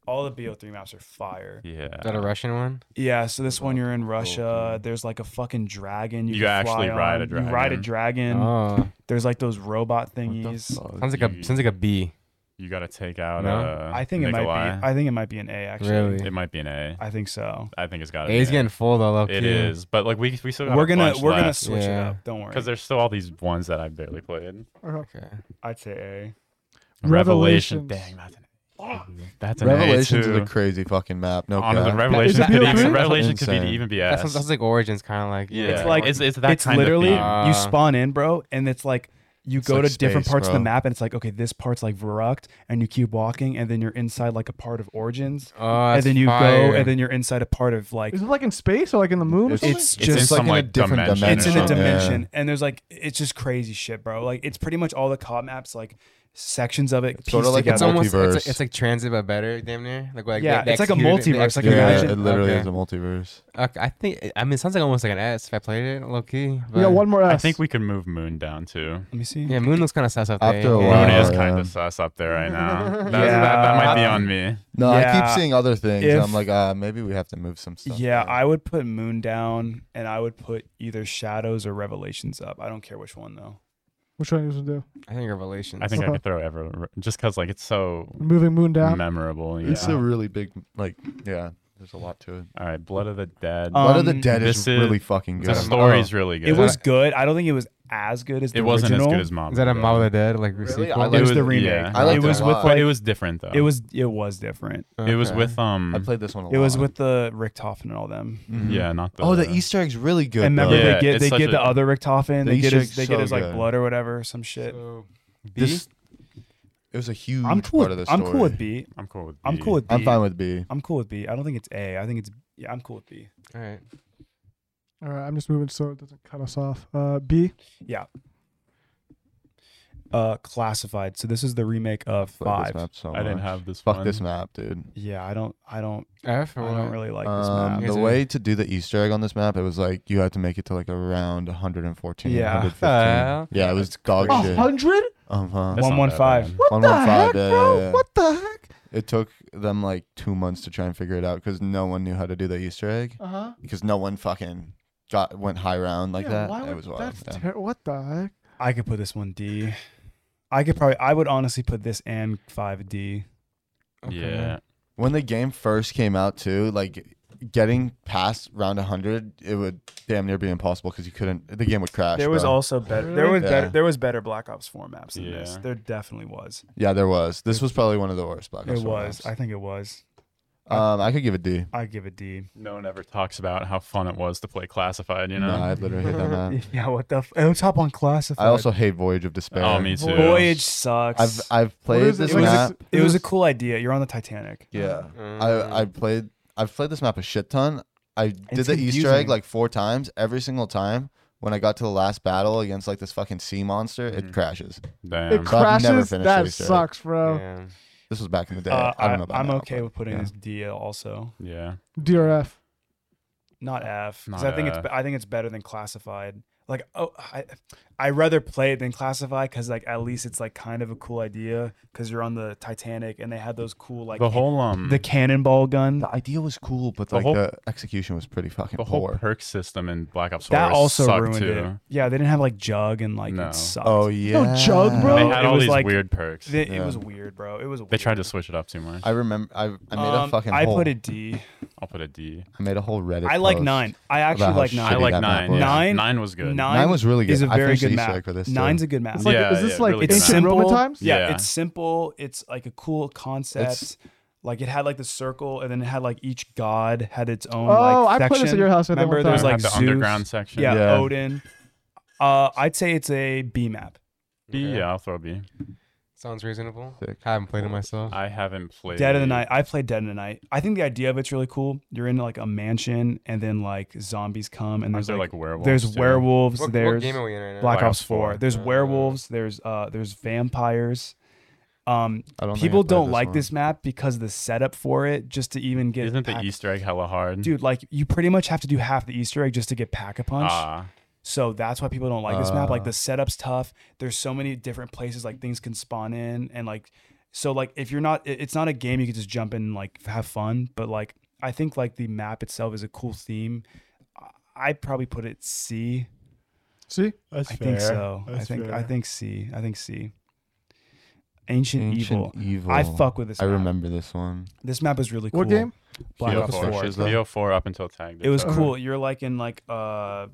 C: All the BO3 maps are fire.
E: Yeah.
D: Is that a Russian one?
C: Yeah, so this one
E: Grod
C: you're in Russia.
E: Kobe.
C: There's like a fucking dragon. Oh, You,
E: You
C: can
E: actually
C: fly
E: ride a
C: on. You ride a
E: dragon.
C: dragon.
D: Oh,
C: There's like those robot
B: Ah. What the
C: thingies.
B: fuck?
D: sounds like a sounds like a B.
E: You gotta take out.
D: No?
E: Uh,
C: I think it might
E: Nikolai.
C: be. I think it might be an A actually.
D: Really,
E: it might be an A.
C: I think so.
E: I think it's got to
D: A's
E: be. an
D: getting full though.
E: A.
D: Low
E: Oh, It is, but like we we still got
C: We're gonna
E: a
C: we're gonna
E: bunch
C: switch
D: Yeah.
C: it up. Don't worry.
E: because there's still all these ones that I barely played.
A: Uh-huh.
D: Okay.
C: I'd say
A: Revelations.
E: Revelation. Dang, that's an A. That's an
B: Revelations
E: A too.
B: is a crazy fucking map. No
E: Honor, the
B: cap.
E: Revelation
A: Is it
E: could
A: BO3?
E: even Revelation could be
B: Insane.
E: even be
D: That
E: S.
D: sounds, that's like Origins, kind of like
E: yeah.
C: It's like-
E: it's, it's that
C: it's
E: kind
C: literally
E: of
D: Uh,
C: you spawn in, bro, and it's like you
B: It's
C: go
B: like
C: to different
B: space,
C: parts of the
B: bro.
C: map, and it's like okay, this part's like Verruckt, and you keep walking, and then you're inside like a part of Origins,
D: Oh,
C: and
D: that's
C: then you
D: fire.
C: go, and then you're inside a part of like
A: Is it like in space or like in the moon or
B: It's-
A: something?
C: it's
B: It's
C: just
B: just
E: in
B: like
E: some,
B: in a
E: like,
B: different
E: dimension or
B: dimension.
C: it's in a
E: something.
C: dimension, and there's like it's just crazy shit, bro. Like it's pretty much all the COD maps, like sections of it pieced
B: sorta like a
C: together.
D: it's almost it's,
B: multiverse.
D: it's like transit but better, damn near. Like, like
C: Yeah,
D: they, they
C: it's like a
D: executed it- they
C: multiverse, like,
B: Yeah,
D: executed
C: imagine-
B: it literally
D: Okay.
B: is a multiverse.
D: Okay, I think I mean it sounds like almost like an S if I played it low key.
A: we got one more S.
E: I think we could move Moon down too.
C: Let me see.
D: Yeah, Moon looks kind of sus up there.
B: After a
D: Yeah.
B: while,
E: Moon is
B: yeah.
E: kind of sus up there right now. That's-
C: Yeah.
E: that, that might be on me.
B: No, I
C: Yeah.
B: keep seeing other things. and
C: If-
B: I'm like, ah, maybe we have to move some stuff.
C: Yeah,
B: down.
C: I would put Moon down, and I would put either Shadows or Revelations up. I don't care which one though.
A: Which one are you gonna do?
D: I think Revelations.
E: I think I could throw ever just because like it's so
A: Moving moon down.
E: memorable. Yeah.
B: It's a really big, like, yeah. There's a lot to it.
E: All right, Blood of the Dead.
C: Um,
B: Blood of the Dead
E: this
B: is
E: is-
B: really fucking
E: the
B: good.
E: story's really good.
C: It was good. I don't think it was as good as the
E: It wasn't as
C: original.
E: good as Mob.
D: Is that a Mob of the Dead like
B: Really? I
D: sequel?
B: like-
C: It was
E: It
C: the
E: was-
C: remake.
E: yeah.
B: I liked
C: it
B: it a
C: was with
B: lot.
E: But
C: like
E: it was different though.
C: it was it was different.
E: It was
D: Okay.
E: with um.
B: I played this one a lot.
C: It was with the Richtofen and all them.
B: Mhm.
E: Yeah, not the.
B: Oh, the Easter egg's really good.
C: and remember
B: though.
E: Yeah,
C: they get
E: it's
C: they
E: such
C: get
E: a-
C: the other Richtofen.
B: The
C: They get
B: Easter
C: his
B: egg's
C: they get
B: so
C: his like
B: good.
C: blood or whatever some shit.
D: So, B?
B: This, it was a huge
C: I'm cool.
B: part of
C: With,
B: the story.
C: I'm cool with B.
E: I'm cool with.
C: I'm
E: B.
C: cool with B.
B: I'm fine with B.
C: I'm cool with B. I don't think it's A. I think it's yeah. I'm cool with B.
D: All right.
A: All right, I'm just moving so it doesn't cut us off. Uh, B.
C: Yeah. Uh, classified. So this is the remake of
B: Fuck this
C: Five.
B: map so
E: I didn't
B: much.
E: have this.
B: Fuck
E: one.
B: this map, dude.
C: Yeah, I don't. I don't.
D: F
C: I
D: or
C: don't
D: what?
C: really like this
B: Um,
C: map.
B: the
D: Is it-
B: way to do the Easter egg on this map, it was like you had to make it to like around 114.
C: Yeah.
B: 115.
D: Hell.
B: yeah, it was dog
A: A
B: shit.
A: hundred?
E: Oh,
B: Uh-huh.
E: That's not that
C: 115.
E: bad.
A: What
B: One
A: the
B: one five,
A: heck,
B: yeah,
A: bro?
B: yeah, yeah.
A: What the heck?
B: It took them like two months to try and figure it out because no one knew how to do the Easter egg
A: Uh huh.
B: because no one fucking got went high round like that.
A: Why
B: it
A: would-
B: was wild.
A: that's
B: yeah.
A: ter- what the heck?
C: I could put this one D. I could probably. I would honestly put this and five D.
D: Okay.
E: Yeah.
B: when the game first came out too, like getting past round 100, it would damn near be impossible because you couldn't. The game would crash.
C: There was
B: bro.
C: also better. There
A: Really?
C: was better.
B: Yeah.
C: There was better Black Ops Four maps than this.
E: Yeah.
C: There definitely was.
B: yeah, there was. This was probably one of the worst. Black Ops
C: it
B: four
C: was. I
B: maps.
C: think it was.
B: um, I could give a D.
C: I give it D.
E: No one ever talks about how fun it was to play Classified. You know.
B: No, I literally hate that map.
C: Yeah. What the? F- Let's hop on classified.
B: I also hate Voyage of Despair.
E: Oh, me too.
C: Voyage sucks.
B: I've I've played
A: is
B: this
C: it was
B: map.
C: it was a cool idea. You're on the Titanic.
B: yeah,
D: Mm.
B: I I played I've played this map a shit ton. I I did
C: It's
B: the Easter egg
C: confusing.
B: like four times. Every single time, when I got to the last battle against like this fucking sea monster,
C: Mm.
B: it crashes.
E: Damn.
A: It
B: So I've never
A: crashes.
B: finished
A: That
B: Easter egg.
A: sucks, bro.
D: Yeah.
B: This was back in the day.
C: Uh,
B: I don't know about
C: I'm
B: now,
C: okay
B: but-
C: with putting
B: yeah.
C: this DL also,
E: yeah.
A: DRF.
C: not F, because
E: Not
C: I think it's
E: F.
C: be- I think it's better than classified. Like oh, I I rather play it than classify because like at least it's like kind of a cool idea because you're on the Titanic and they had those cool like
E: the whole um
C: the
E: the,
C: cannonball gun.
B: The idea was cool, but
E: The
B: like
E: whole-
B: the execution was pretty fucking
E: whole
B: poor.
E: perk system in Black Ops 4
C: That also
E: sucked
C: ruined
E: too.
C: it. Yeah, they didn't have like jug and like
E: No.
C: it sucked.
B: oh
C: It-
B: yeah,
A: No jug, bro.
E: They
C: No,
E: had
C: it
E: all
C: was
E: these
C: like-
E: weird perks.
C: It,
B: Yeah.
C: was weird, bro. It was.
E: they
C: weird.
E: tried to switch it up too much.
B: I remember. I, I made a
C: Um,
B: fucking.
C: I
B: whole,
C: put a D.
E: I'll put a D.
B: I made a whole Reddit.
C: I like
B: post.
C: nine. I actually
B: about how
C: like
E: I
B: Shitty
C: nine.
E: like
B: that map
E: nine.
B: was.
E: Yeah.
C: Nine-
E: Nine was good.
C: Nine
B: Nine was really good.
C: Is a
B: I
C: very
B: finished
C: good
B: the Easter
C: map.
B: egg for this. too.
C: Nine's a good map.
A: It's like,
E: Yeah,
A: is this
E: yeah,
A: like
E: really good
A: ancient
E: map.
A: Roman
C: Simple.
A: times?
C: Yeah,
E: Yeah.
C: it's simple. It's like a cool concept.
B: It's-
C: like it had like the circle, and then it had like each god had its own.
A: Oh,
C: like,
A: I played this at
C: section.
A: your house at that
C: Remember,
A: one
C: there was
A: time.
E: Had
C: like
E: the
C: Zeus,
E: underground section. Oh,
C: Yeah,
B: Yeah.
C: Odin. Uh, I'd say it's a B map.
E: B,
D: Okay.
E: yeah, I'll throw a B.
D: Sounds reasonable.
B: Sick.
D: I haven't played it myself.
E: I haven't played
C: Dead of the Night. I played Dead of the Night. I think the idea of it's really cool. You're in like a mansion, and then like zombies come, and
E: Aren't
C: there's
E: there
C: like,
E: like werewolves?
C: there's
E: too?
C: werewolves.
D: What- what,
C: there's
D: game are we in right now?
C: Black
E: Black
C: Ops
E: Ops
C: Four.
E: 4.
C: There's
D: Uh,
C: werewolves. There's uh there's vampires. Um,
B: I don't think I
C: people
B: played
C: don't like
B: one.
C: this map because the setup for it, just to even get
E: Isn't the
C: pack-
E: Easter egg hella hard?
B: Mm-hmm.
C: dude like you pretty much have to do half the Easter egg just to get pack a punch.
E: Ah,
C: So that's why people don't like this map. Like
B: Uh.
C: the setup's tough. There's so many different places like things can spawn in and like so like if you're not it- it's not a game you can just jump in and like have fun, but like I think like the map itself is a cool theme. I- I'd probably put it C.
A: See,
C: I think so. I think I think C. I think C. Ancient, Evil.
B: Ancient evil.
C: I fuck with this.
B: I
C: map.
B: remember this one.
C: this map is really cool.
A: what game?
C: Black
B: Yeah,
C: Ops
B: for
C: 4.
B: sure.
E: BO4 up until tag.
C: It was
E: That's
C: cool. You're like in like uh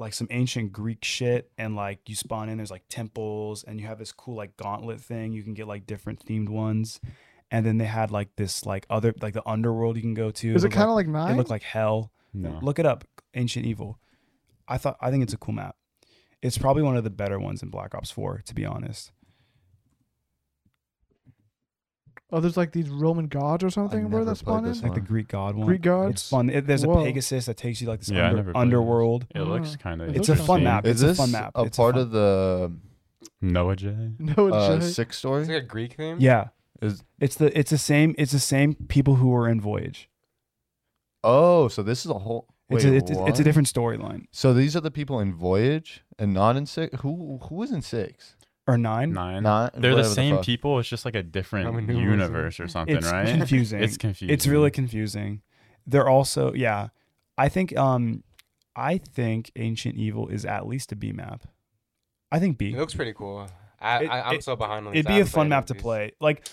C: like some ancient Greek shit and like you spawn in there's like temples and you have this cool like gauntlet thing. You can get like different themed ones. And then they had like this like other like the underworld you can go to.
A: Is it
C: looked
A: kind of like
C: like, it
A: nine?
C: looked like hell?
E: No.
C: Look it up. Ancient Evil. I thought I think it's a cool map. It's probably one of the better ones in Black Ops 4, to be honest.
A: oh, there's like these Roman gods or something, bro.
B: never
A: That
B: played
A: spawn in.
B: this
C: It's like the
B: Fun.
C: Greek god one.
A: Greek
C: It's
A: gods.
C: fun. It- there's
A: Whoa.
C: a Pegasus that takes you like this
E: Yeah, I
C: under-
E: never played it.
C: underworld.
E: It looks
A: Ah.
E: kind of.
A: It
C: It's a fun map.
B: Is
C: It's
B: this
C: a fun map.
B: a
C: It's
B: part
C: fun-
B: of the
E: Noah J.
A: No, it's
B: uh,
A: just-
B: six
D: Is it
B: story?
D: like a Greek theme?
C: Yeah.
B: Is-
C: it's the it's the same it's the same people who were in Voyage.
B: Oh, so this is a whole.
C: It's
B: wait,
C: a, it's, it's a
B: what?
C: different storyline
B: So these are the people in Voyage and not in six. Who who was in six?
C: or nine.
E: Nine.
B: Not
E: They're the
B: whatever
E: same
B: fuck.
E: people. It's just like a
D: Roman
E: different
D: numerals.
E: universe or something,
C: it's
E: right?
C: confusing.
E: It's
C: it's
E: confusing.
C: really confusing. They're also yeah. I think um I think Ancient Evil is at least a B map. I think B.
D: It looks pretty cool. I,
C: It-
D: I I'm
C: it-
D: so behind on these.
C: It'd
D: I
C: be a
D: haven't played
C: fun
D: any
C: map
D: of
C: to
D: these.
C: play. Like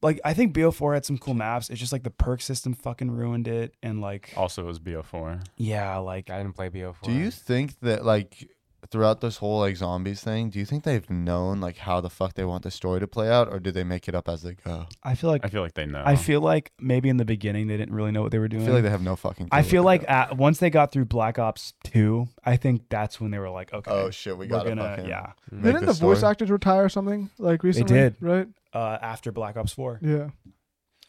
C: like I think BO4 had some cool maps. It's just like the perk system fucking ruined it and like
B: Oh.
E: Also, it was BO4.
C: yeah, like
D: I didn't play BO4.
B: Do you think that like throughout this whole like zombies thing, do you think they've known like how the fuck they want the story to play out, or do they make it up as they go?
C: I feel like
E: I feel like they know.
C: I feel like maybe in the beginning they didn't really know what they were
B: I
C: doing.
B: feel like they have no fucking.
C: I
B: clue
C: feel
B: what
C: like
B: they're
C: at, once they got through Black Ops 2, I think that's when they were like, okay,
B: doing. oh shit, we
C: we're
B: got
C: gonna,
B: to fucking.
C: yeah.
B: make
A: Didn't the
B: this
A: voice
B: story.
A: actors retire or something like recently?
C: did.
A: right?
C: Uh, after Black Ops 4,
A: Yeah.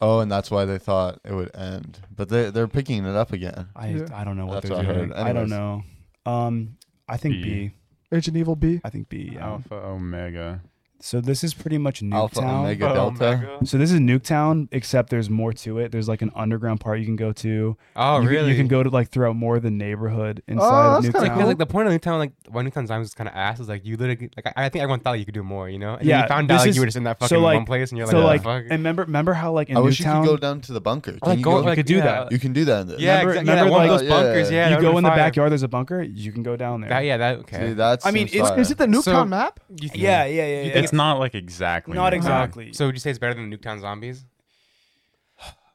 B: Oh, and that's why they thought it would end, but they they're picking it up again.
C: I
A: Yeah.
C: I don't know what
B: That's
C: they're
B: what I heard.
C: doing. I don't
B: Anyways.
C: know. Um, I think B. I
E: B. Oh.
A: Ancient Evil B.
C: think B. Yeah.
E: Alpha Omega.
C: So this is pretty much Nuketown.
B: Alpha Omega
D: Oh,
B: Delta.
D: Omega.
C: So this is Nuketown, except there's more to it. There's like an underground part you can go to.
D: Oh
C: you, can-
D: really?
C: You can go to like throughout more of the neighborhood
A: Oh,
C: inside of
A: that's kinda
D: Like, 'cause,
C: Nuketown.
A: cool.
D: like the point of Newtown, like why Newtown Zombies was kind of ass is like you literally like I, I think everyone thought you could do more, you know? And then
C: Yeah,
D: you found
C: this
D: out like,
C: is-
D: you were just in that
C: so,
D: fucking one
C: like-
D: place, and you're
C: so
D: like,
C: like,
D: what the
C: and remember, remember how like in
B: I wish you
C: Newtown,
B: could go down to the bunker. Can
D: fuck?
B: you
D: go-
B: go,
C: like, could do
D: yeah.
C: that.
B: you can do that. In this.
D: Yeah,
C: Remember-
D: exactly. Yeah,
C: remember,
D: one of
B: like-
D: those
B: Oh, yeah,
D: bunkers.
B: yeah.
D: Yeah,
C: you
D: that
C: go
D: would've
C: in
D: been
C: the
D: fire.
C: backyard. There's a bunker. You can go down there.
D: That, yeah, that
B: See,
D: okay.
B: that
C: I mean,
B: seems
C: it's-
B: fire.
A: Is it the Nuketown
D: So-
A: map?
D: You think-
C: yeah, yeah, yeah. yeah.
E: It's not like exactly.
C: Not
E: Nuketown.
C: exactly.
D: So would you say it's better than Nuketown Zombies?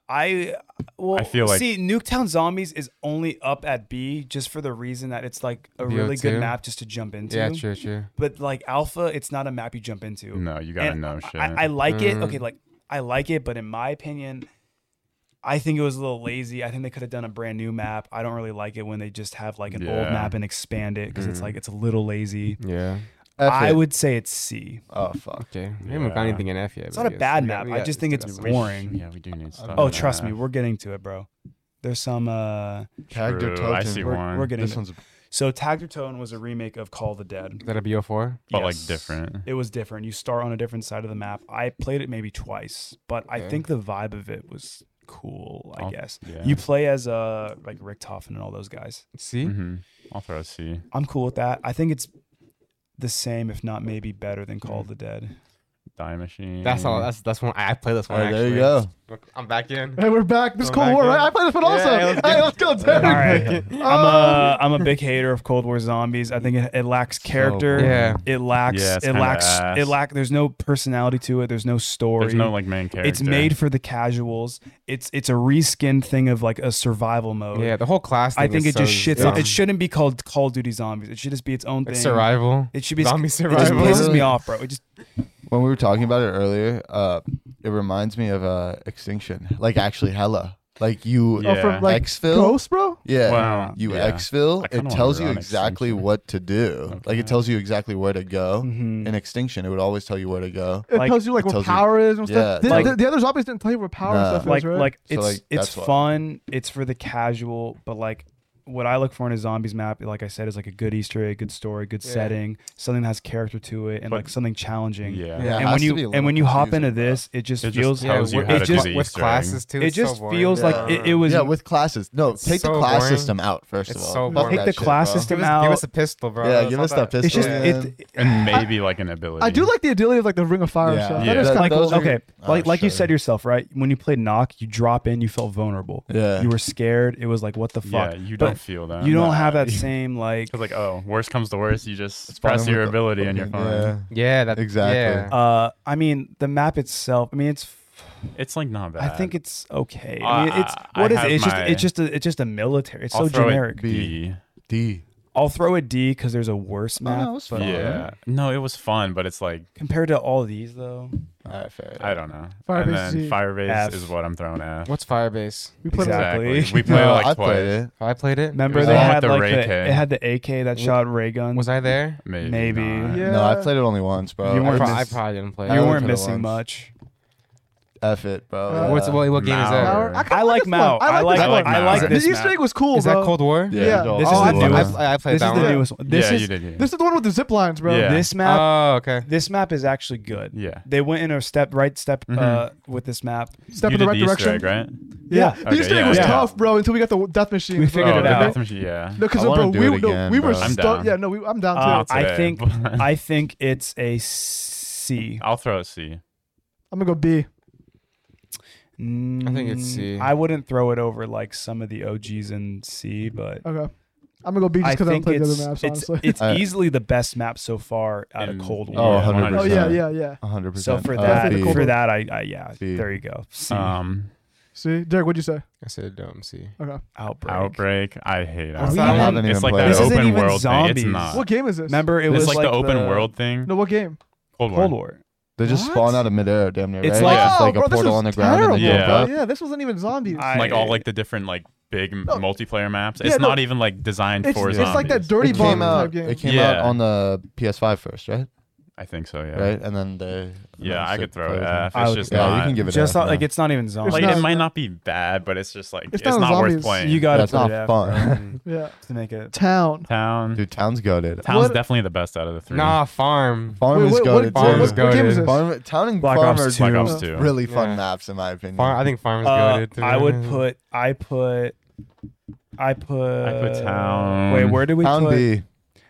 C: I well,
E: I feel like-
C: see Nuketown Zombies is only up at B just for the reason that it's like a really
D: VO2?
C: good map just to jump into.
D: Yeah, true, true.
C: But like Alpha, it's not a map you jump into.
E: No, you gotta
C: And
E: know
C: I-
E: shit.
C: I, I like it.
D: Mm.
C: Okay, like I like it, but in my opinion, I think it was a little lazy. I think they could have done a brand new map. I don't really like it when they just have like an old
E: Yeah.
C: map and expand it because it's
D: Mm.
C: like it's a little lazy.
D: Yeah.
B: F
C: I
B: it.
C: would say it's C.
B: Oh fuck.
D: Okay. We haven't got
E: Yeah.
D: anything in F yet.
C: It's
D: but
C: not a
D: yes,
C: bad
D: we got-
C: map.
D: we
C: I
D: got
C: just think
D: stuff
C: it's
D: to-
E: We sh-
C: boring.
E: Yeah, we do need stuff.
C: Oh,
E: in
C: trust me,
E: F.
C: we're getting to it, bro. There's some. Uh,
B: Tagged or
E: True, I
B: token.
E: see
C: We're-
E: one.
C: we're getting-
B: This one's
C: so Tagged or Tone was a remake of Call of the Dead.
D: Is that a BO4?
E: but
C: Yes.
E: like different.
C: It was different. You start on a different side of the map. I played it maybe twice, but I
D: Okay.
C: think the vibe of it was cool. I
E: Oh,
C: guess
E: Yeah.
C: you play as uh like Richtofen and all those guys.
D: See?
E: hmm I'll throw a C.
C: I'm cool with that. I think it's the same, if not maybe better than Call of the Dead.
E: Die machine.
D: That's all. That's that's one. I I play this one.
C: Oh,
B: Alright, there you
D: actually. I'm back in.
A: Hey, we're back. This
D: We're
A: Cold
D: back
A: War,
D: in.
A: right? I played this one
D: Yeah,
A: also.
D: yeah, let's
A: hey,
D: do-
A: let's go,
C: All
A: Derek.
C: right, I'm a I'm a big hater of Cold War Zombies. I think it, it lacks character.
B: boring.
D: Yeah.
C: It lacks.
E: Yeah, it's
C: it
E: kinda
C: lacks.
E: ass.
C: It lack. There's no personality to it. There's no story.
E: There's no like main character.
C: it's made for the casuals. It's it's a reskinned thing of like a survival mode.
D: Yeah, the whole class.
C: I
D: thing
C: think
D: is
C: it just
D: so
C: shits.
D: dumb.
C: on It shouldn't be called Call of Duty Zombies. It should just be its own thing.
D: It's survival.
C: It should be
D: Zombie
C: It just
D: survival.
C: pisses me off, bro. It just
B: when we were talking about it earlier, uh, it reminds me of uh, Extinction. Like actually, hella. Like you
E: Yeah.
A: Oh, from like
B: exfil.
A: Ghost, bro.
B: Yeah.
E: Wow.
B: You
E: Yeah.
B: exfil.
E: I kinda
B: It
E: wanna
B: tells
E: run
B: you exactly
E: Extinction.
B: what to do. Like
E: Okay.
B: it tells you exactly where to go.
C: Mhm.
E: Mm-hmm.
B: In Extinction, it would always tell you where to go.
A: It
C: Like-
A: tells you like
B: It
A: what
B: tells you-
A: power is and stuff.
B: Yeah,
A: the,
B: like-
A: the, the other zombies didn't tell you what power
B: Nah.
A: and stuff
C: like
A: is, right?
C: like
B: So,
C: it's
B: like,
C: it's
B: that's why.
C: fun. It's for the casual, but like what I look for in a zombies map, like I said, is like a good Easter egg, good story, good
D: Yeah.
C: setting, something that has character to it, and
E: But-
C: like something challenging.
E: Yeah.
D: Yeah.
B: it
C: And
B: has
C: when
B: to be a
C: you
B: little
C: and when you hop
B: confusing,
C: into
B: bro.
C: this, it just
E: It just
C: feels
E: Yeah, tells you
D: with-
E: how
D: it
E: to do
D: just,
E: the
D: with
E: Easter egg.
D: classes too.
C: it
D: it's so
C: just
D: boring.
C: feels like
B: Yeah.
C: it, it was
B: yeah, with classes. No, take the
D: so
B: class
D: boring.
B: system out first
D: It's
B: of all.
D: so
B: Fuck
D: boring.
B: that
C: Take the
B: shit,
C: class
B: bro.
C: system
D: Give us,
C: out.
D: give us a pistol, bro.
B: Yeah,
D: That's
B: give
D: all
B: us that
D: that-
B: pistol.
C: it's just
B: yeah.
C: it,
E: And maybe like an ability.
A: I do like the idea of like the Ring of Fire
B: Yeah.
A: and stuff.
E: Yeah.
A: That is
E: That-
A: kind of
B: those
A: cool.
B: are-
A: Okay.
C: okay,
B: Oh,
C: like like you
B: sure.
C: said yourself, right? When you played knock, you drop in, you felt vulnerable.
B: Yeah.
C: You were scared. It was like, what the fuck?
E: Yeah, you
C: But
E: don't feel that.
C: you don't
E: Nah.
C: have that same like.
E: Cause like oh, worst comes to worst, you just
B: It's
E: press
B: fine
E: your
B: with the-
E: ability and you're fine.
B: Yeah.
D: Yeah, that
B: Exactly.
D: Yeah.
E: oh.
C: Uh, I mean, the map itself. I mean, it's.
E: It's like not bad.
C: I think it's okay. I mean,
E: Uh,
C: it's
E: I
C: what is
E: have
C: it? It's just
E: my-
C: it's just a it's just a military. It's
E: I'll
C: so
E: throw it
C: generic.
E: B.
B: D.
C: I'll throw a D because there's a worse
B: No,
A: Oh.
C: map.
B: it was
C: but
B: fine.
E: Yeah. No, it was fun, but it's like
C: Compared to all these though,
B: All right, fair.
E: I don't know.
A: Firebase
E: and then
A: Z.
E: Firebase
C: F.
E: is what I'm throwing at.
D: What's Firebase?
A: We put
C: Exactly.
A: it
E: We played it
B: No,
E: like
B: I
E: twice.
B: played it.
D: Have I played it?
C: remember
E: was
C: they
E: the one
C: had
E: with the
C: like
E: ray
C: the,
E: can.
C: it had the AK that shot ray guns.
D: Was I there?
E: Maybe.
C: Maybe.
E: not.
A: Yeah.
B: No, I played it only once, bro.
C: You
B: I
D: I,
C: weren't
D: pro-
B: just-
D: I
C: miss-
D: probably didn't play
B: I
C: you
D: it.
B: only
C: weren't
B: played it
C: missing
B: once.
C: much.
B: F it, bro.
A: Uh,
D: What's, what, what game is
E: Mauer.
D: that?
A: Power. I, kinda
C: I like
A: this one.
C: Mao. I like
A: this
E: I like
A: one.
E: Mao.
A: The
E: Is
C: this
A: Easter
C: map.
A: egg was cool,
D: Is that
A: bro.
D: Cold War? Oh,
B: Yeah,
A: Yeah.
B: no,
C: This
B: I
C: is
B: played
C: the
B: it
C: newest-
B: once.
D: I, I played
C: This
D: that
C: is
D: one.
C: the newest one. This
E: yeah, you
C: is
E: did. Yeah.
A: This is the one with the zip lines, bro.
E: Yeah.
C: this map.
D: Oh, okay.
C: this map is actually good.
E: yeah.
C: They went in a step right step uh, with this map.
A: Step
E: you
A: in the
E: did
A: right
E: the Easter
A: direction.
E: egg, right?
A: Yeah,
C: Yeah.
A: the
E: Okay,
A: Easter egg
E: yeah,
A: was
E: yeah.
A: tough, bro. Until we got the death machine.
C: We figured
E: oh,
C: it
E: the
C: out.
E: Death Machine, yeah.
A: No, because
B: I
A: bro,
B: wanna
A: we,
B: do it
A: no,
B: again,
A: we were
B: bro. I'm
A: stuck.
E: down.
A: Yeah, no, we, I'm down
C: Uh,
A: too.
E: Not
C: I
E: today,
C: think
E: but-
C: I think it's a C.
E: I'll throw a C.
A: I'm gonna go B.
C: Mm,
D: think it's C.
C: I wouldn't throw it over like some of the OGs in C, but
A: Okay, I'm gonna go B just
C: I
A: because I haven't
C: think
A: played the
C: it's
A: other maps.
C: it's,
A: Honestly.
C: it's
B: Uh,
C: easily the best map so far out of
E: In-
C: Cold
E: yeah,
B: Oh,
C: War.
B: 100%.
A: oh yeah,
B: 100%.
A: yeah, yeah.
B: hundred percent.
C: So for
A: Uh,
C: that,
A: Definitely Cold War.
C: for that, I, I yeah,
B: C.
C: there you go. C.
E: Um,
A: See, Derek, what'd you say?
D: I said dumb C.
A: Okay,
C: outbreak.
E: Outbreak. I hate
A: What's
E: Outbreak.
A: that? I
B: haven't even
E: it's like
B: played
E: that
B: it. This
E: open
C: isn't even
E: world thing.
C: zombies.
E: It's not.
A: what game is this?
C: Remember, it
E: it's
C: was
E: like, the open world thing.
A: No, what game?
E: Cold War.
C: Cold War.
B: They just
A: What?
B: spawn out of midair, damn near.
C: It's
B: right?
C: like-
B: just
A: oh,
B: like
A: bro,
B: a portal
A: this
B: on the
A: was
B: ground
A: terrible,
B: and they jump
E: bro.
B: up.
A: Yeah, this wasn't even zombies.
C: I-
E: Like all like the different like big m
A: No.
E: multiplayer maps.
A: Yeah,
E: It's
A: no.
E: not even like designed
A: it's,
E: for
A: it's
E: zombies.
A: like that dirty
B: It
A: bomb
B: came
A: type
B: out.
A: game.
B: It came out
E: Yeah.
B: on the PS5 first, right?
E: I think so. Yeah.
B: Right, and then they.
E: Yeah,
B: announced
E: I could throw
B: for
E: it.
B: the-
E: F.
C: I
E: It's
C: would-
E: just
B: Yeah,
E: not.
B: you can give it.
C: Just
B: F,
C: not, like
B: yeah.
C: it's not even zombies.
E: like
A: not-
E: it might not be bad, but it's just like
A: It's
E: it's,
A: not
E: not
A: zombies.
E: worth playing.
C: you got
B: Yeah,
C: to
B: it's
C: put
B: not
C: it out
B: fun.
A: Yeah,
C: to make it.
A: Town.
E: Town.
B: Dude, Town's goaded.
E: Town's
A: What-
E: definitely the best out of the three.
D: Nah, farm.
B: Farm
A: Wait,
B: is
A: what- what-
B: goaded.
D: what- what-
B: too.
D: what game is this?
B: Farm, Town and
C: Black
B: Farm
C: Ops
B: are
C: 2.
E: Black
B: two
E: Ops Two.
B: really fun
D: Yeah.
B: maps in my opinion.
D: Farm. I think farm is
C: Uh,
D: good.
C: I would put. I put. I put.
E: I put town.
C: Wait, where did we
B: Town
C: put?
B: B.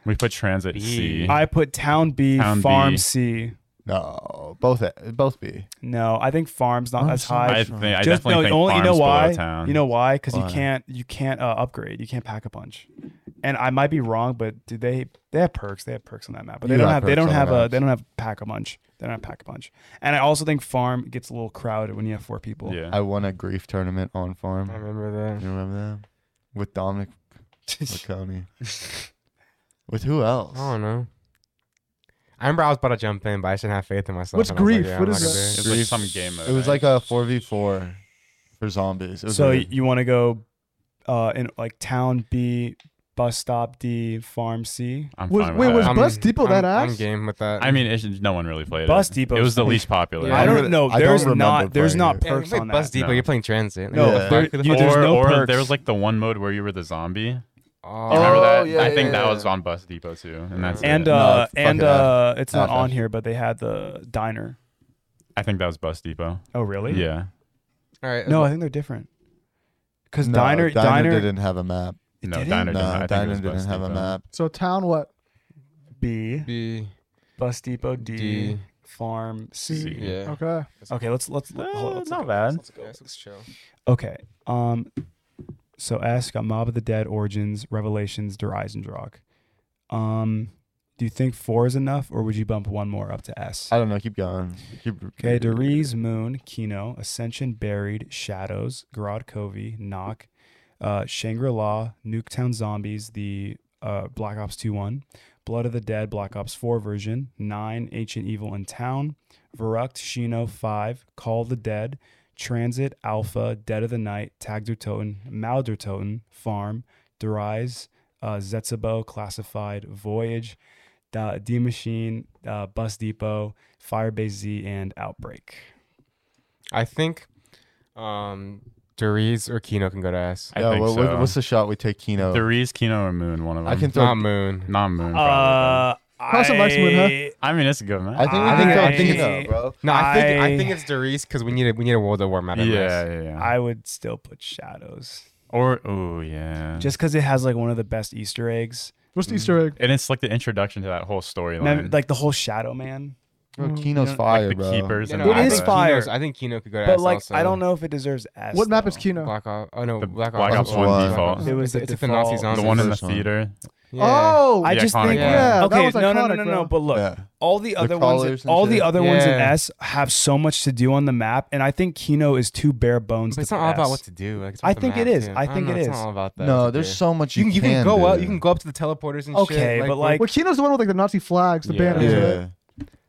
E: We put Transit
D: B.
E: C.
C: I put town B,
E: Town
C: farm
E: B.
C: C.
B: No, both A- both B.
C: No, I think farm's not
B: I'm
C: as
B: sorry.
E: I
C: high.
E: think I
C: Just
E: definitely
C: no.
E: think
C: only, you
E: farms
C: know
E: below
C: why?
E: Town.
C: You know why? Because you
B: Why?
C: can't. You can't uh, upgrade. You can't pack a punch. And I might be wrong, but do they? They have perks. They have perks on that map, but they
B: You
C: don't
B: got
C: have. They
B: perks
C: don't
B: on
C: have
B: the
C: a.
B: maps.
C: They don't have pack a punch. They don't have pack a punch. And I also think farm gets a little crowded when you have four people.
E: yeah.
B: I won a grief tournament on
D: I
B: farm.
D: remember
B: You remember that? With Dominic Laconi. With who else?
D: that.
E: Oh,
D: I don't know. I remember I was about to jump in, but I just didn't have faith in myself.
A: What's
D: and I was like,
A: grief?
D: yeah,
A: What
D: I'm
A: is
D: not
A: that?
D: gonna do
E: It's
D: it.
E: like some game. Mode,
B: It was
E: right?
B: like a four v four for zombies. It was
C: So
B: weird.
C: you want to go uh, in like town B, bus stop D, farm C.
E: I'm
A: Was-
E: fine
A: wait,
E: with
A: was-
E: that.
D: Uh, I'm-
A: Bus Depot
D: I'm-
A: that
D: I'm
A: ass?
D: game with that.
E: I mean, it's, no one really played
C: Bus
E: it.
C: Depot
E: It was the
C: sucking.
E: least popular.
D: Yeah.
C: I
B: I'm
C: don't
B: gonna-
C: know.
B: I don't
C: There's
B: remember
C: not. There's
B: playing
C: not
B: it.
D: yeah, you
C: perks
D: play
C: on
D: Bus
C: that.
D: Depot.
E: No.
D: You're playing transit.
C: No,
B: Yeah.
D: Like,
C: there-
D: who the
C: you-
D: fuck-
E: or,
C: there's no
E: or
C: perks.
E: there was like the one mode where you were the zombie.
D: Oh,
E: You remember that?
B: yeah,
E: I
B: yeah,
E: think that
B: yeah.
E: was on Bus Depot too, and that's
C: And
E: it.
B: No,
C: uh,
B: fuck
C: and
B: it,
C: uh, it's not
B: F
C: on
B: it.
C: here, but they had the diner.
E: I think that was Bus Depot.
C: Oh, really?
E: Yeah,
D: All right.
C: No, I think they're different. Because
B: No,
C: diner, diner,
B: didn't have a map.
C: It
E: no,
C: didn't?
E: Diner didn't. I
B: No,
E: think it
B: Diner
E: was Bus
B: didn't have a
E: Depot.
B: map.
A: So town what?
C: B,
D: B,
C: Bus Depot D,
D: D.
C: Farm C.
E: C.
D: Yeah.
A: Okay.
C: Okay, let's let's,
B: Eh,
E: Uh,
C: hold on, let's
E: not
C: look at
E: bad.
C: this, let's
D: Yeah,
C: go.
D: this looks chill.
C: Okay. Um. So S got Mob of the Dead, Origins, Revelations, Der Eisendrach. Um. Do you think four is enough, or would you bump one more up to S?
B: I don't know. Keep going. Keep,
C: Okay, Deriz, Moon, Kino, Ascension, Buried, Shadows, Garad Covey, Knock, uh, Shangri La, Nuketown Zombies, the uh, Black Ops 2 1, Blood of the Dead, Black Ops 4 version, 9, Ancient Evil in Town, Verrucht, Shino 5, Call of the Dead, Transit, Alpha, Dead of the Night, Tag der Toten, Mal der Toten, Farm, Derize, uh, Zetsubo, Classified, Voyage, Da- D Machine, uh, Bus Depot, Firebase Z and Outbreak.
D: I think, um, Deriz or Kino can go to S.
E: I
B: yeah,
E: think
B: what, what-
E: so.
B: what's the shot we take Kino?
E: Therese, Kino, or Moon? One of them.
B: I can throw.
D: Not Moon.
E: not
C: Uh,
E: Moon. Probably,
A: Carson likes Moon, huh?
E: but- I mean, it's a good map.
B: I think we
C: I-
B: can throw
C: I think
B: Kino,
C: it's-
B: bro.
D: No, I think I,
C: I-
D: think it's Deriz because we need a we need a World at War map.
E: yeah,
D: in this.
E: yeah, yeah.
C: I would still put Shadows
E: or oh yeah.
C: just because it has like one of the best Easter eggs.
A: What's the Easter egg?
E: and it's like the introduction to that whole
C: Remember,
E: storyline.
C: like the whole Shadow Man,
B: Bro,
A: Mm,
B: Kino's
E: Like
B: fire,
E: the
B: bro.
E: keepers and
D: No, no,
C: It
E: all
D: I
C: is
E: that.
D: think
C: fire.
D: Kino's- I think Kino could go to S.
C: but like
D: also.
C: I don't know if it deserves S.
A: What map is
C: though.
A: Kino?
D: Black Ops. Oh no,
E: The
D: Black Ops.
E: Black
B: Ops one.
E: Default.
C: It was the
D: it's it's the Nazi
C: default.
D: zombies.
E: the one in the
B: First one.
E: theater.
D: Yeah.
A: Oh,
C: I
E: The
C: just think
E: iconic one.
A: Yeah, that
C: okay,
A: was
C: no, no, no,
A: iconic,
C: no,
A: bro.
C: no. But look,
B: Yeah.
C: all the other ones,
B: crawlers and
C: all the
B: shit.
C: other ones in
D: Yeah.
C: S have so much to do on the map, and I think Kino is too bare bones.
D: But it's
C: to
D: not all about
C: S.
D: what to do. Like, it's
C: I
D: about the
C: think it
D: map,
C: is.
D: too.
C: I
D: don't
C: think
D: know,
C: it
D: it's
C: is.
D: not all about that.
B: No,
D: It's
B: there's
D: okay.
B: so much
D: You
B: you,
D: can, you can go
B: do.
D: up. You can go up to the teleporters and shit.
C: Okay, but, like-
A: Well, Kino's the one with like the Nazi flags, the
D: Yeah.
A: banners. right?
B: Yeah.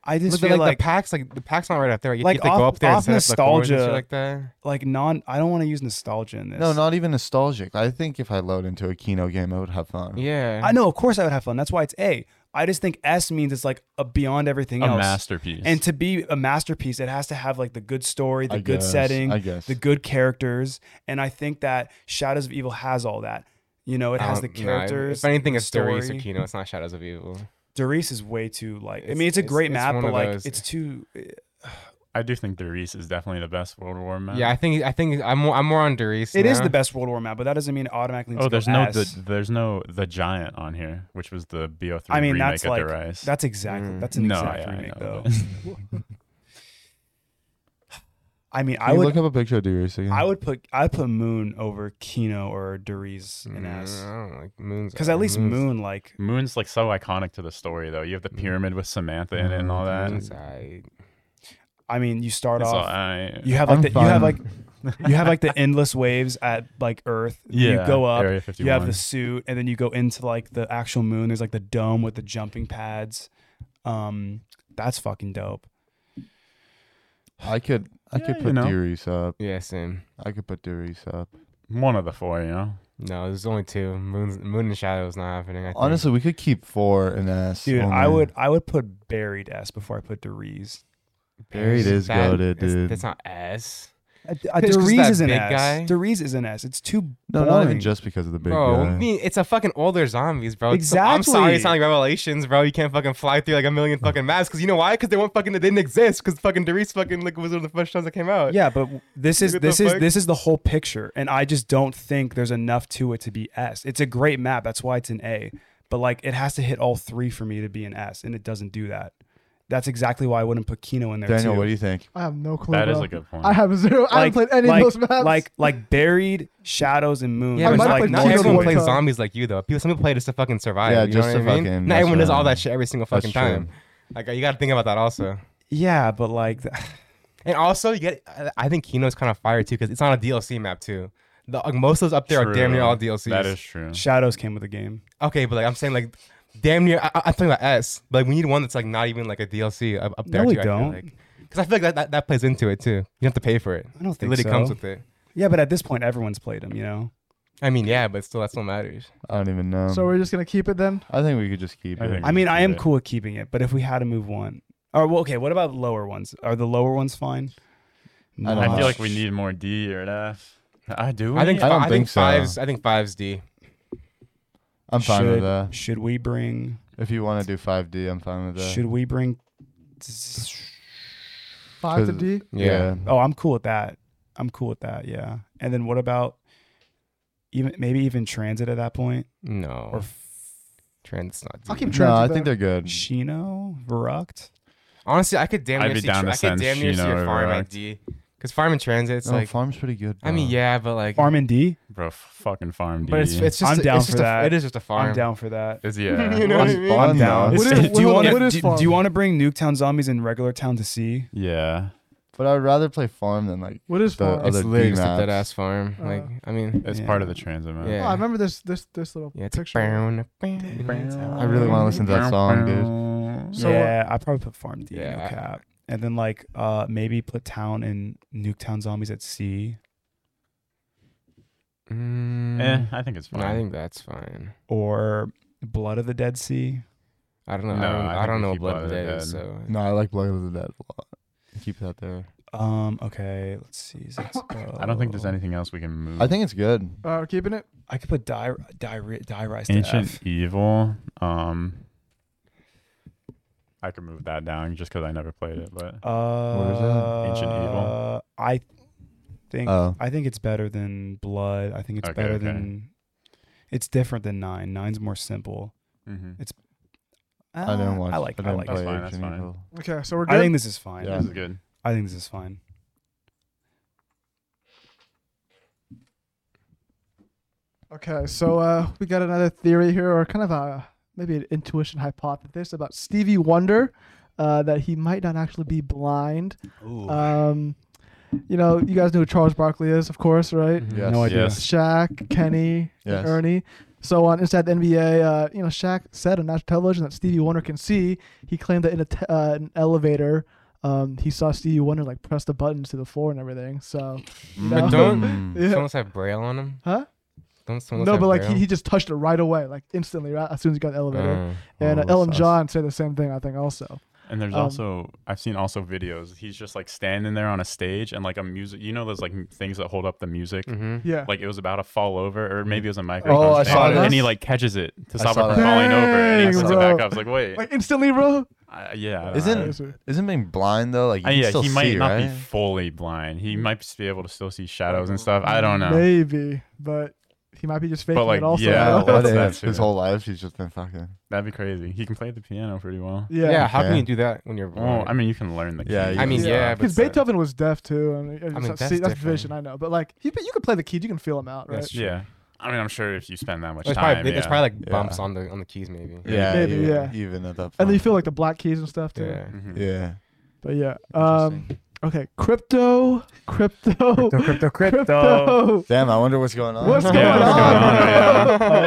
C: I just
D: but the,
C: feel
D: like,
C: like
D: the packs, like the packs not right up there. You
C: Like,
D: have to go
C: off-
D: up there and
C: off
D: set up the cords and shit
C: nostalgia.
D: like that.
C: like non. I don't want to use nostalgia in this.
B: No, not even nostalgic. I think if I load into a Kino game, I would have fun.
D: Yeah.
C: I know, of course, I would have fun. That's why it's A. I just think S means it's like a beyond everything
E: A
C: else.
E: masterpiece.
C: And to be a masterpiece, it has to have like the good story, the
B: I
C: good
B: guess,
C: setting,
B: I guess.
C: the good characters, and I think that Shadows of Evil has all that. You know, it has
D: Um,
C: the
D: no,
C: characters.
D: if anything,
C: the
D: it's Darius or
C: story.
D: Kino. It's not Shadows of Evil.
C: Doris is way too like. I
D: It's-
C: mean, it's a
D: it's-
C: great
D: it's
C: map,
D: one
C: but
D: of
C: like,
D: those-
C: it's too.
E: I do think Therese is definitely the best World War map.
D: Yeah, I think I think I'm more, I'm more on Darius.
C: It is
D: now.
C: the best World War map, but that doesn't mean it automatically. needs
E: Oh,
C: to go
E: there's no
C: S.
E: the there's no the giant on here, which was the BO3
C: I mean,
E: remake
C: that's
E: at
C: like
E: the Rise.
C: that's exactly
D: Mm.
C: that's an
E: No,
C: exact
E: yeah, I
C: remake
E: know,
C: though.
E: but-
C: I mean, I
B: Can you
C: would
B: look up a picture of Darius again?
C: I would put I would put Moon over Kino or Deriz in
D: Mm,
C: S.
D: I don't like Moon's.
C: Because at least
D: Moon's-
C: Moon, like,
E: Moon's like so iconic to the story though. You have the
C: Mm.
E: pyramid with Samantha in it and all that.
D: Moon's aight.
C: I mean, you start
E: It's all-
C: Mm, off,
E: I-
C: you have like
B: I'm
C: the, you have
B: fine.
C: like you have like the endless waves at like Earth.
E: yeah,
C: you go up,
E: Area
C: you have
E: 51.
C: the suit, and then you go into like the actual moon. There's like the dome with the jumping pads. Um, that's fucking dope.
B: I could. I
E: Yeah,
B: could
E: you
B: put
E: know.
B: Darius up.
D: Yeah, same.
B: I could put Darius up.
E: one of the four, you know.
D: No, there's only two. Moon's, Moon and Shadow's not happening. I think.
B: Honestly, we could keep four and S.
C: Dude, I
B: only.
C: would I would put buried S before I put Deriz.
B: Buried
D: It's
B: is
D: that-
B: goated,
D: it's-
B: dude.
D: That's not S.
C: Uh,
D: Just 'cause
C: Deriz
D: that
C: is an
D: big
C: S.
D: guy?
C: Deriz is an S. It's too
B: No,
C: boring.
B: not even just because of the big
D: Bro,
B: guy.
D: I mean, it's a fucking older zombies, bro. It's so- I'm sorry, it's not like Revelations, bro. You can't fucking fly through like a million fucking maps because you know why? Because they weren't fucking, they didn't exist because fucking Derice fucking like was one of the first ones that came out.
C: Yeah, but w- this is
D: Look at the
C: this is
D: fuck.
C: this is the whole picture, and I just don't think there's enough to it to be S. It's a great map, that's why it's an A. But like, it has to hit all three for me to be an S, and it doesn't do that. That's exactly why I wouldn't put Kino in there
B: Daniel,
C: too.
B: what do you think?
A: I have no clue.
E: That
A: bro.
E: is a good point.
A: I have zero. I haven't played any
C: like,
A: of those maps.
C: Like like buried shadows and moon.
A: I
D: Yeah, but
C: There's,
A: might
D: not,
A: have
C: like
A: played
D: not
A: Kino
C: multiple-
D: everyone
A: one
D: plays
A: time.
D: zombies like you though. People, some people play just to fucking survive.
B: Yeah,
D: you know
B: just
D: what
B: to
D: I mean?
B: fucking
D: Not
B: mess
D: everyone does all
B: around.
D: that shit every single
B: That's
D: fucking time.
B: true.
D: Like uh, you got to think about that also.
C: Yeah, but like
D: And also, you get. I- I think Kino's kind of fire too because it's on a DLC map too. The, like, most of those up there are damn near all DLCs.
E: That is true.
C: shadows came with the game.
D: Okay, but like I'm saying, like damn near. I, I- I'm talking about S, but like, we need one that's like not even like a DLC up, up
C: No,
D: there.
C: we
D: too, I
C: don't.
D: feel like. Because I feel like that, that, that plays into it too. You don't have to pay for it.
C: I don't
D: It
C: think
D: literally
C: so.
D: comes with it.
C: Yeah, but at this point, everyone's played them. You know,
D: I mean, yeah, but still, that still matters.
B: I don't even know.
A: so we're just gonna keep it then.
B: I think we could just keep
E: I
B: it.
E: think-
C: I mean, I am
E: Yeah.
C: cool with keeping it, but if we had to move one, or well, okay, what about lower ones? Are the lower ones fine?
B: I don't
E: I
B: know.
E: feel like we need more D or an F. I do.
D: I think.
E: we?
B: I don't
D: fi- I think
B: think so.
D: fives. I think fives D.
B: I'm fine
C: should,
B: with that.
C: Should we bring?
B: If you want to do 5D, I'm fine with that.
C: Should we bring?
A: Five to
B: 'Cause-
A: D.
D: Yeah.
C: Oh, I'm cool with that. I'm cool with that. Yeah. And then what about even maybe even transit at that point
D: No.
C: or
D: trans not. D.
A: I'll keep
B: No,
A: track.
B: I
A: of
B: think
A: that.
B: they're good.
C: Shino Veruct?
D: Honestly, I could damn
E: I'd
D: near
E: be
D: see.
E: down
D: Tra-
E: to
D: I could
E: send
D: damn near see
E: Shino
D: a farm
E: over
D: at D. Cause farm and transit, it's
B: No,
D: like.
B: farm's pretty good.
D: I mean,
B: bro.
D: yeah, but like.
C: Farm and D.
E: Bro, f- fucking farm D.
D: But it's it's just.
C: I'm
D: it's
C: down
D: just
C: for
D: a-
C: that.
D: It is just a farm.
C: I'm down for that.
E: It's- yeah.
D: You know what I mean?
B: Fun,
C: I'm down.
B: though.
A: What
C: It's-
A: is-
C: do you
A: what-
C: want
A: what is
C: to do,
A: farm?
C: do you want to bring Nuketown Zombies and regular town to C?
E: Yeah.
B: But I would rather play farm than like.
A: What is
B: the
A: farm?
B: other
D: It's literally
B: D
D: just a
B: maps.
D: dead ass farm. Like, I mean.
E: It's
C: Yeah.
E: part of the transit, man.
A: Oh,
D: Yeah.
A: I remember this this this little
D: Yeah, it's
A: picture.
D: like.
B: I really want to listen to that song, dude.
E: dude.
A: So, uh,
C: yeah, I probably put Farm D
D: Yeah,
C: no
D: I-
C: cap. And then like uh maybe put Town and Nuketown Zombies at C
D: Mm,
E: Eh, I think it's fine.
D: no, I think that's fine.
C: or Blood of the Dead Sea.
D: I don't know.
E: No,
D: I don't,
E: I
D: I
E: think
D: don't
E: we
D: know what
E: keep
D: blood of the
E: Blood of the
D: dead is.
E: Dead.
D: So
B: No, I like Blood of the Dead a lot. Keep that there.
C: Um, okay, let's see. so it's,
E: I don't think there's
C: uh,
E: anything else we can move.
B: Oh. I think it's good.
A: Uh, we're keeping it.
C: I could put die die die rise to
E: ancient
C: F.
E: evil. Um, I could move that down just because I never played it, but
C: Uh,
B: What is that?
E: Ancient Evil?
C: I think
B: Oh.
C: I think it's better than Blood. I think it's
E: Okay,
C: better
E: okay.
C: than. It's different than nine. Nine's more simple.
B: Mm-hmm. I didn't
C: Uh,
B: watch.
C: I like. I,
B: didn't
C: like.
E: That's
B: play
E: fine, that's
B: Ancient
E: fine.
B: Evil.
A: Okay, so we're good.
C: I think this is fine.
B: Yeah.
E: this is good.
C: I think this is fine.
A: Okay, so uh, we got another theory here, or kind of a maybe an intuition hypothesis about Stevie Wonder, uh, that he might not actually be blind.
C: Ooh.
A: Um, you know, you guys know who Charles Barkley is, of course, right?
B: Yes.
C: No idea.
E: Yes.
A: Shaq, Kenny,
B: Yes.
A: and Ernie. So on Inside the NBA, uh, you know, Shaq said on national television that Stevie Wonder can see. He claimed that in a te- uh, an elevator, um, he saw Stevie Wonder like press the buttons to the floor and everything. So, you
D: But
A: know?
E: Mm.
D: don't-
A: Yeah.
D: someone else have braille on them?
A: Huh?
D: Don't someone else
A: No,
D: have
A: but like he,
D: braille?
A: he just touched it right away, like instantly, right as soon as he got in the elevator.
D: Uh,
A: And uh,
B: Oh,
A: Ellen
B: sus.
A: John said the same thing, I think, also.
E: And there's
A: Um,
E: also I've seen also videos. He's just like standing there on a stage and like a music. You know those like m- things that hold up the music.
D: mhm.
A: Yeah.
E: Like it was about to fall over, or maybe it was a microphone.
B: I
E: stand,
B: Mm. saw
E: And
B: this.
E: he like catches it to
B: I
E: stop it
B: saw
E: from
B: that.
E: falling over, and he
A: Dang,
E: puts it back
A: bro.
E: up. It's like wait,
A: like instantly, bro.
E: I- yeah. I don't
B: Isn't-
E: know.
A: Yes, sir.
B: Isn't being blind though? Like you
E: Uh,
B: can
E: yeah,
B: still
E: he might
B: see,
E: not
B: right? Mm-hmm.
E: be fully blind. He might s- be able to still see shadows and stuff. I don't know.
A: Maybe, but he might be just faking
E: like,
A: it also. bro.
E: yeah,
B: Yeah, what
E: that's-
B: if
E: that's
B: his
E: true.
B: whole life she's just been fucking?
E: That'd be crazy. He can play the piano pretty well.
A: yeah.
D: Yeah. How can
B: Okay.
D: you do that when you're?
E: Oh,
D: blind?
E: I mean, you can learn the keys.
B: Yeah, you I
E: and
D: mean,
E: stuff.
D: yeah, but
A: Because
D: it's not-
A: Beethoven was deaf too. I mean, I
D: mean,
A: that's,
D: that's
A: see, that's
D: different.
A: vision, I know. But like, you, you could play the key. You can feel him out, right?
D: That's true.
E: Yeah. I mean, I'm sure if you spend that much
D: There's
E: time,
D: probably,
E: yeah.
D: there's probably like
B: Yeah.
D: bumps on the on the keys maybe.
B: Yeah,
A: Maybe,
B: even,
A: yeah.
B: Even at that point.
A: And then you feel like the black keys and stuff too.
D: Yeah.
E: Mhm.
B: Yeah.
A: But yeah. Um, okay. Crypto, crypto,
C: crypto,
D: Uh-huh.
A: crypto.
B: Damn, I wonder what's going on.
A: What's
E: Yeah,
A: going
E: what's
A: on?
E: going on?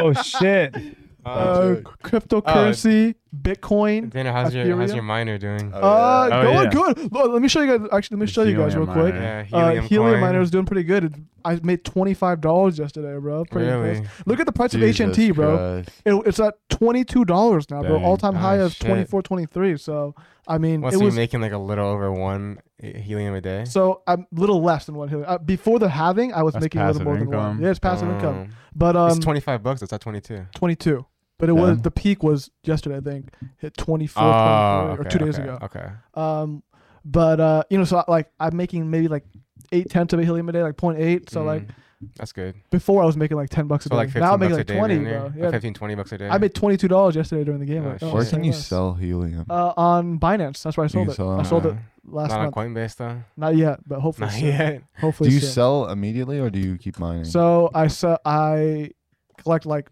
E: Yeah.
C: oh shit!
A: Uh,
B: Dude.
A: cryptocurrency,
D: Uh,
A: Bitcoin.
D: Dana, how's your how's
A: Ethereum?
D: your miner doing?
A: Uh,
E: Oh,
A: going
E: yeah.
A: good. Look, let me show you guys. Actually, let me show you guys real
E: Helium
A: quick.
E: miner.
D: yeah,
A: Uh,
D: helium,
A: helium,
D: coin.
A: miner is doing pretty good. It- I made twenty five dollars yesterday, bro. Pretty
D: Really?
A: impressed. Look at the price
B: Jesus
A: of HNT, bro.
B: Christ.
A: It, it's at twenty two dollars now, bro.
E: Dang.
A: All time
D: Ah,
A: high of
D: shit.
A: twenty four twenty three. So I mean,
D: What's
A: it
D: he
A: was
D: making like a little over one eh, helium a day?
A: so I'm little less than one helium. Uh, before the halving, I was
E: That's
A: making a little
E: passive
A: more than one.
E: income.
A: Yeah, it's passive income,
D: Um,
A: but
D: it's
A: um,
D: 25 bucks. It's not 22.
A: twenty two. But it was
B: Yeah.
A: the peak was yesterday, I think, hit twenty four
D: Oh,
A: or
D: okay,
A: two days
D: okay,
A: ago.
D: Okay.
A: Um, but uh, you know, so I, like I'm making maybe like eight tenths of a helium a day, like 0.8. So like
D: Mm, that's good.
A: before I was making like ten bucks a
D: So
A: day.
D: like 15
A: now I'm
D: bucks
A: making
D: a
A: like
D: day,
A: twenty,
D: down there.
A: bro.
D: Like,
A: Yeah,
D: 15, 20 bucks a day.
A: I made twenty two dollars yesterday during the game.
D: Oh,
A: like, oh,
D: shit.
B: Where
A: that's
B: can
A: so
B: you
A: nice.
B: sell helium?
A: Uh, on Binance. That's where I sold
B: You
A: it.
B: sell
A: I
B: it
A: sold
D: Uh,
A: it last
D: Not on
A: month.
D: Coinbase though.
A: Not yet, but hopefully
D: Not
A: soon.
D: yet.
A: Hopefully
B: Do you
A: soon.
B: sell immediately or do you keep mining?
A: So I sell. I collect like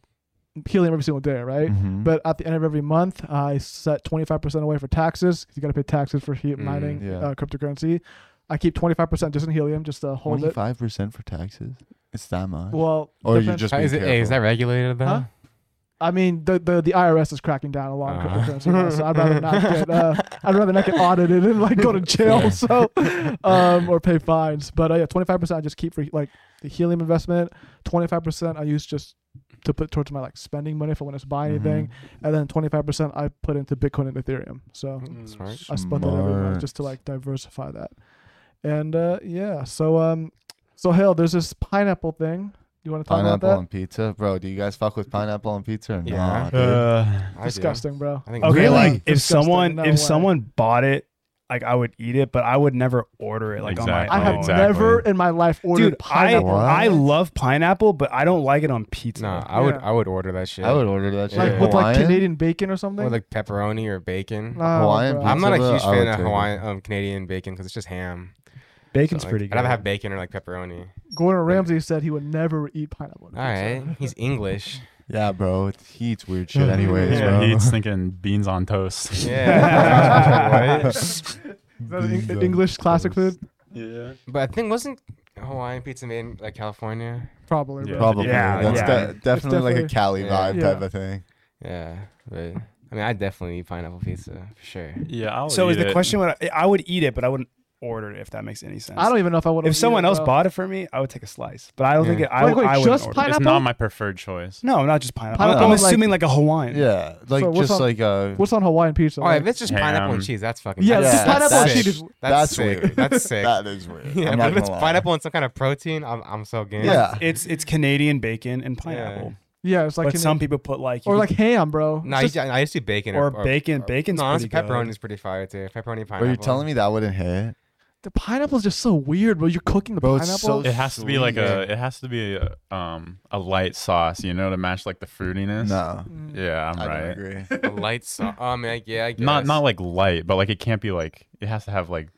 A: helium every single day, right?
E: Mm-hmm.
B: Mhm.
A: But at the end of every month, I set 25% away for taxes. 'cause You got to pay taxes for he-
D: Mm,
A: mining
B: yeah.
A: uh, cryptocurrency. I keep 25% just in helium, just to hold it.
B: 25% for taxes? It's that much?
A: Well,
B: or Oh, you
A: depends-
B: just
D: Uh,
B: being
D: Is it? Hey, is that
B: careful?
D: regulated though?
A: Huh? I mean, the, the the IRS is cracking down a lot on
B: Uh-huh.
D: Uh.
A: cryptocurrency, now, so I'd rather not get uh, I'd rather not get audited and like go to jail, so um, or pay fines. But uh, yeah, twenty five percent I just keep for like the helium investment. Twenty five percent I use just to put towards my like spending money if I want to buy
B: Mm-hmm.
A: anything, and then twenty five percent I put into Bitcoin and Ethereum. So
B: Mm-hmm.
D: Smart.
A: I split that every month just to like diversify that. And uh, yeah, so um, so Hill, there's this pineapple thing. You want to talk
B: Pineapple
A: about
B: on pizza, bro. Do you guys fuck with pineapple on pizza or
D: Yeah.
B: not?
C: Uh,
A: that? Disgusting, bro.
D: I think
C: Okay,
B: Really?
C: like if
A: Disgusting,
C: someone
A: no
C: if
A: way.
C: someone bought it, like I would eat it, but I would never order it like
E: Exactly.
C: on
A: I
C: my
A: have
C: own.
E: Exactly.
A: never in my life ordered
C: Dude, I,
A: pineapple.
B: Oh, What?
C: I love pineapple, but I don't like it on pizza.
D: Nah, I would
A: Yeah.
D: I would order that shit.
B: I would order that shit.
A: like
D: Yeah.
A: with like
B: Hawaiian?
A: Canadian bacon or something.
D: or like pepperoni or bacon.
A: No,
B: Hawaiian
A: bro.
B: pizza.
D: I'm not a
B: though,
D: huge
B: I would
D: fan of
B: take it.
D: Hawaiian um, Canadian bacon because it's just ham. So,
C: Bacon's
D: like,
C: pretty good.
D: I'd rather have bacon or like pepperoni.
A: Gordon Ramsay said he would never eat pineapple. on
D: All
A: pizza.
D: right, he's English.
B: Yeah, bro. it's- He eats weird
D: Mm-hmm.
B: shit anyways,
E: Yeah,
B: bro.
E: he's thinking beans on toast.
D: Yeah. Right?
A: Is that an Eng-
B: These, uh,
A: English classic food?
E: yeah.
D: but I think wasn't Hawaiian pizza made in like California?
A: Probably. bro.
E: Yeah.
B: Probably.
C: Yeah,
B: That's
C: yeah.
B: de- definitely like a
A: definitely-
B: Cali
D: Yeah.
B: vibe
A: Yeah.
B: type of thing.
D: Yeah, but I mean, I definitely eat pineapple pizza for sure.
E: Yeah. I'll
C: so is
E: eat
C: the
E: it.
C: question what I, I would eat it, but I wouldn't order it if that makes any sense.
A: I don't even know if I would.
C: if someone else
A: bro.
C: bought it for me, I would take a slice. But I don't
D: Yeah.
C: think it, I,
A: Wait, wait,
C: I would
A: just
C: order it.
E: It's
A: pineapple?
E: not my preferred choice.
C: No, not just pineapple.
A: Pineapple,
C: I'm
A: like-
C: assuming like a Hawaiian.
B: Yeah. Like
A: So what's on-
B: just like uh
A: What's on Hawaiian pizza?
D: Oh, if
A: Like,
D: it's just pineapple
E: Ham.
D: and cheese, that's fucking
A: Yeah,
D: that's,
A: it's pineapple and
D: sick.
A: cheese.
D: That's,
B: That's
D: sick.
B: weird.
D: That's sick.
B: that is weird.
D: yeah, but
B: I'm not
D: if it's
B: gonna lie.
D: pineapple and some kind of protein, I'm I'm so game.
B: Yeah.
C: It's it's Canadian bacon and pineapple.
A: yeah, it's like
C: but
A: Canadian-
C: some people put like you
A: or
C: could-
A: like ham, bro. It's
D: No, I
A: just-
D: used, to, I used to do bacon
C: or bacon. Bacon's
D: No, honestly,
C: pretty good.
D: pepperoni is pretty fire too. Pepperoni pineapple.
B: Are you telling me that wouldn't hit?
A: the pineapple is just so weird, bro. You're cooking the
B: Bro, it's
A: pineapple.
B: so-
E: It has to be like
D: Yeah.
E: a. It has to be a, um a light sauce, you know, to match like the fruitiness.
B: No.
E: Yeah, I'm
B: I
E: right.
B: don't agree.
D: a light sauce? Oh man, yeah, I guess.
E: Not not like light, but like it can't be like it has to have like,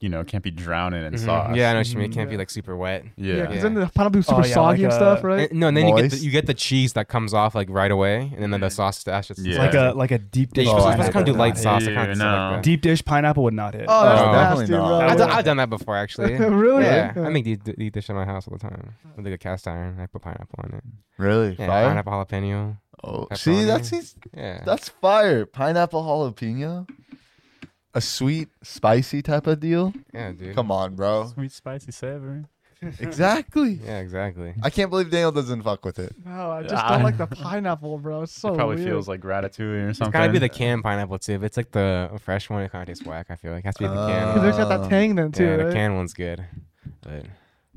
E: you know, it can't be drowning in
D: Mhm.
E: sauce.
D: Yeah, I know what you mean. It
A: Mhm,
D: can't be
A: yeah.
D: like super wet.
E: Yeah.
A: yeah,
D: yeah.
A: because then the pineapple is
C: Oh,
A: super
C: yeah,
A: soggy
C: like
A: and stuff,
C: a-
A: right?
D: And- no, and then you get, the,
B: Moist.
D: you get the cheese that comes off like right away, and then the sauce that- that's just
E: Yeah.
C: like a like a deep dish.
D: Yeah,
B: Oh,
D: you're
B: I
D: supposed to
B: hate
D: kind of do
B: that.
D: light
E: Ew,
D: sauce. that kind of stuff like
E: no.
D: that.
C: Deep dish pineapple would not hit.
A: Oh, that's
D: Oh.
A: nasty,
B: Definitely
A: bro.
B: not.
D: I've, done,
C: I've done-
D: I've done that before actually.
A: Really?
D: Yeah,
A: Yeah.
D: I make deep, deep dish in my house all the time. I like a cast iron. I put pineapple on it.
B: Really?
D: Yeah,
B: fire?
D: pineapple jalapeno.
B: Oh, see,
D: pepperoni.
B: that's eas-
D: Yeah.
B: that's fire. Pineapple jalapeno, a sweet, spicy type of deal.
D: yeah, dude.
B: Come on, bro.
E: Sweet spicy savory.
B: Exactly.
D: Yeah, exactly.
B: I can't believe Daniel doesn't fuck with it.
A: No, Oh, I just don't like the pineapple, bro. It's so
E: it probably
A: weird.
E: feels like ratatouille or
D: It's
E: something.
D: gotta be the canned pineapple too. If it's like the fresh one, it kind of tastes whack. I feel like it has to be the canned.
A: Because
D: one.
A: it's got Oh. that
B: Um,
A: tang then too,
D: yeah, the
A: right?
D: canned one's good. But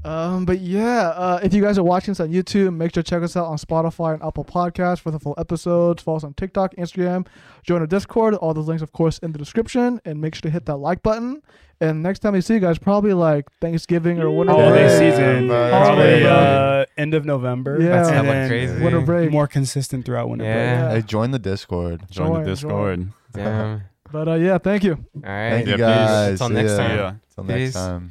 A: Um, but yeah, uh, if you guys are watching us on YouTube, make sure to check us out on Spotify and Apple Podcasts for the full episodes. Follow us on TikTok, Instagram, join our Discord. All those links, of course, in the description. And make sure to hit that like button. And next time we see you guys, probably like Thanksgiving or winter
C: Holiday
B: Yeah,
A: break.
C: season,
B: bro.
C: probably
A: Yeah.
C: uh, end of November.
A: Yeah. That's
C: and
A: hella
C: then
D: crazy.
A: Winter break.
C: More consistent throughout winter
D: Yeah.
C: break.
A: Yeah.
B: Hey, join the Discord.
E: Join
A: Join,
E: the Discord.
D: damn.
A: But uh, yeah, thank you.
D: All right.
B: Thank you
E: Yeah, please.
B: guys.
D: Until
B: See
D: next
B: ya.
D: time.
E: Yeah.
B: Till next
D: Peace.
B: time.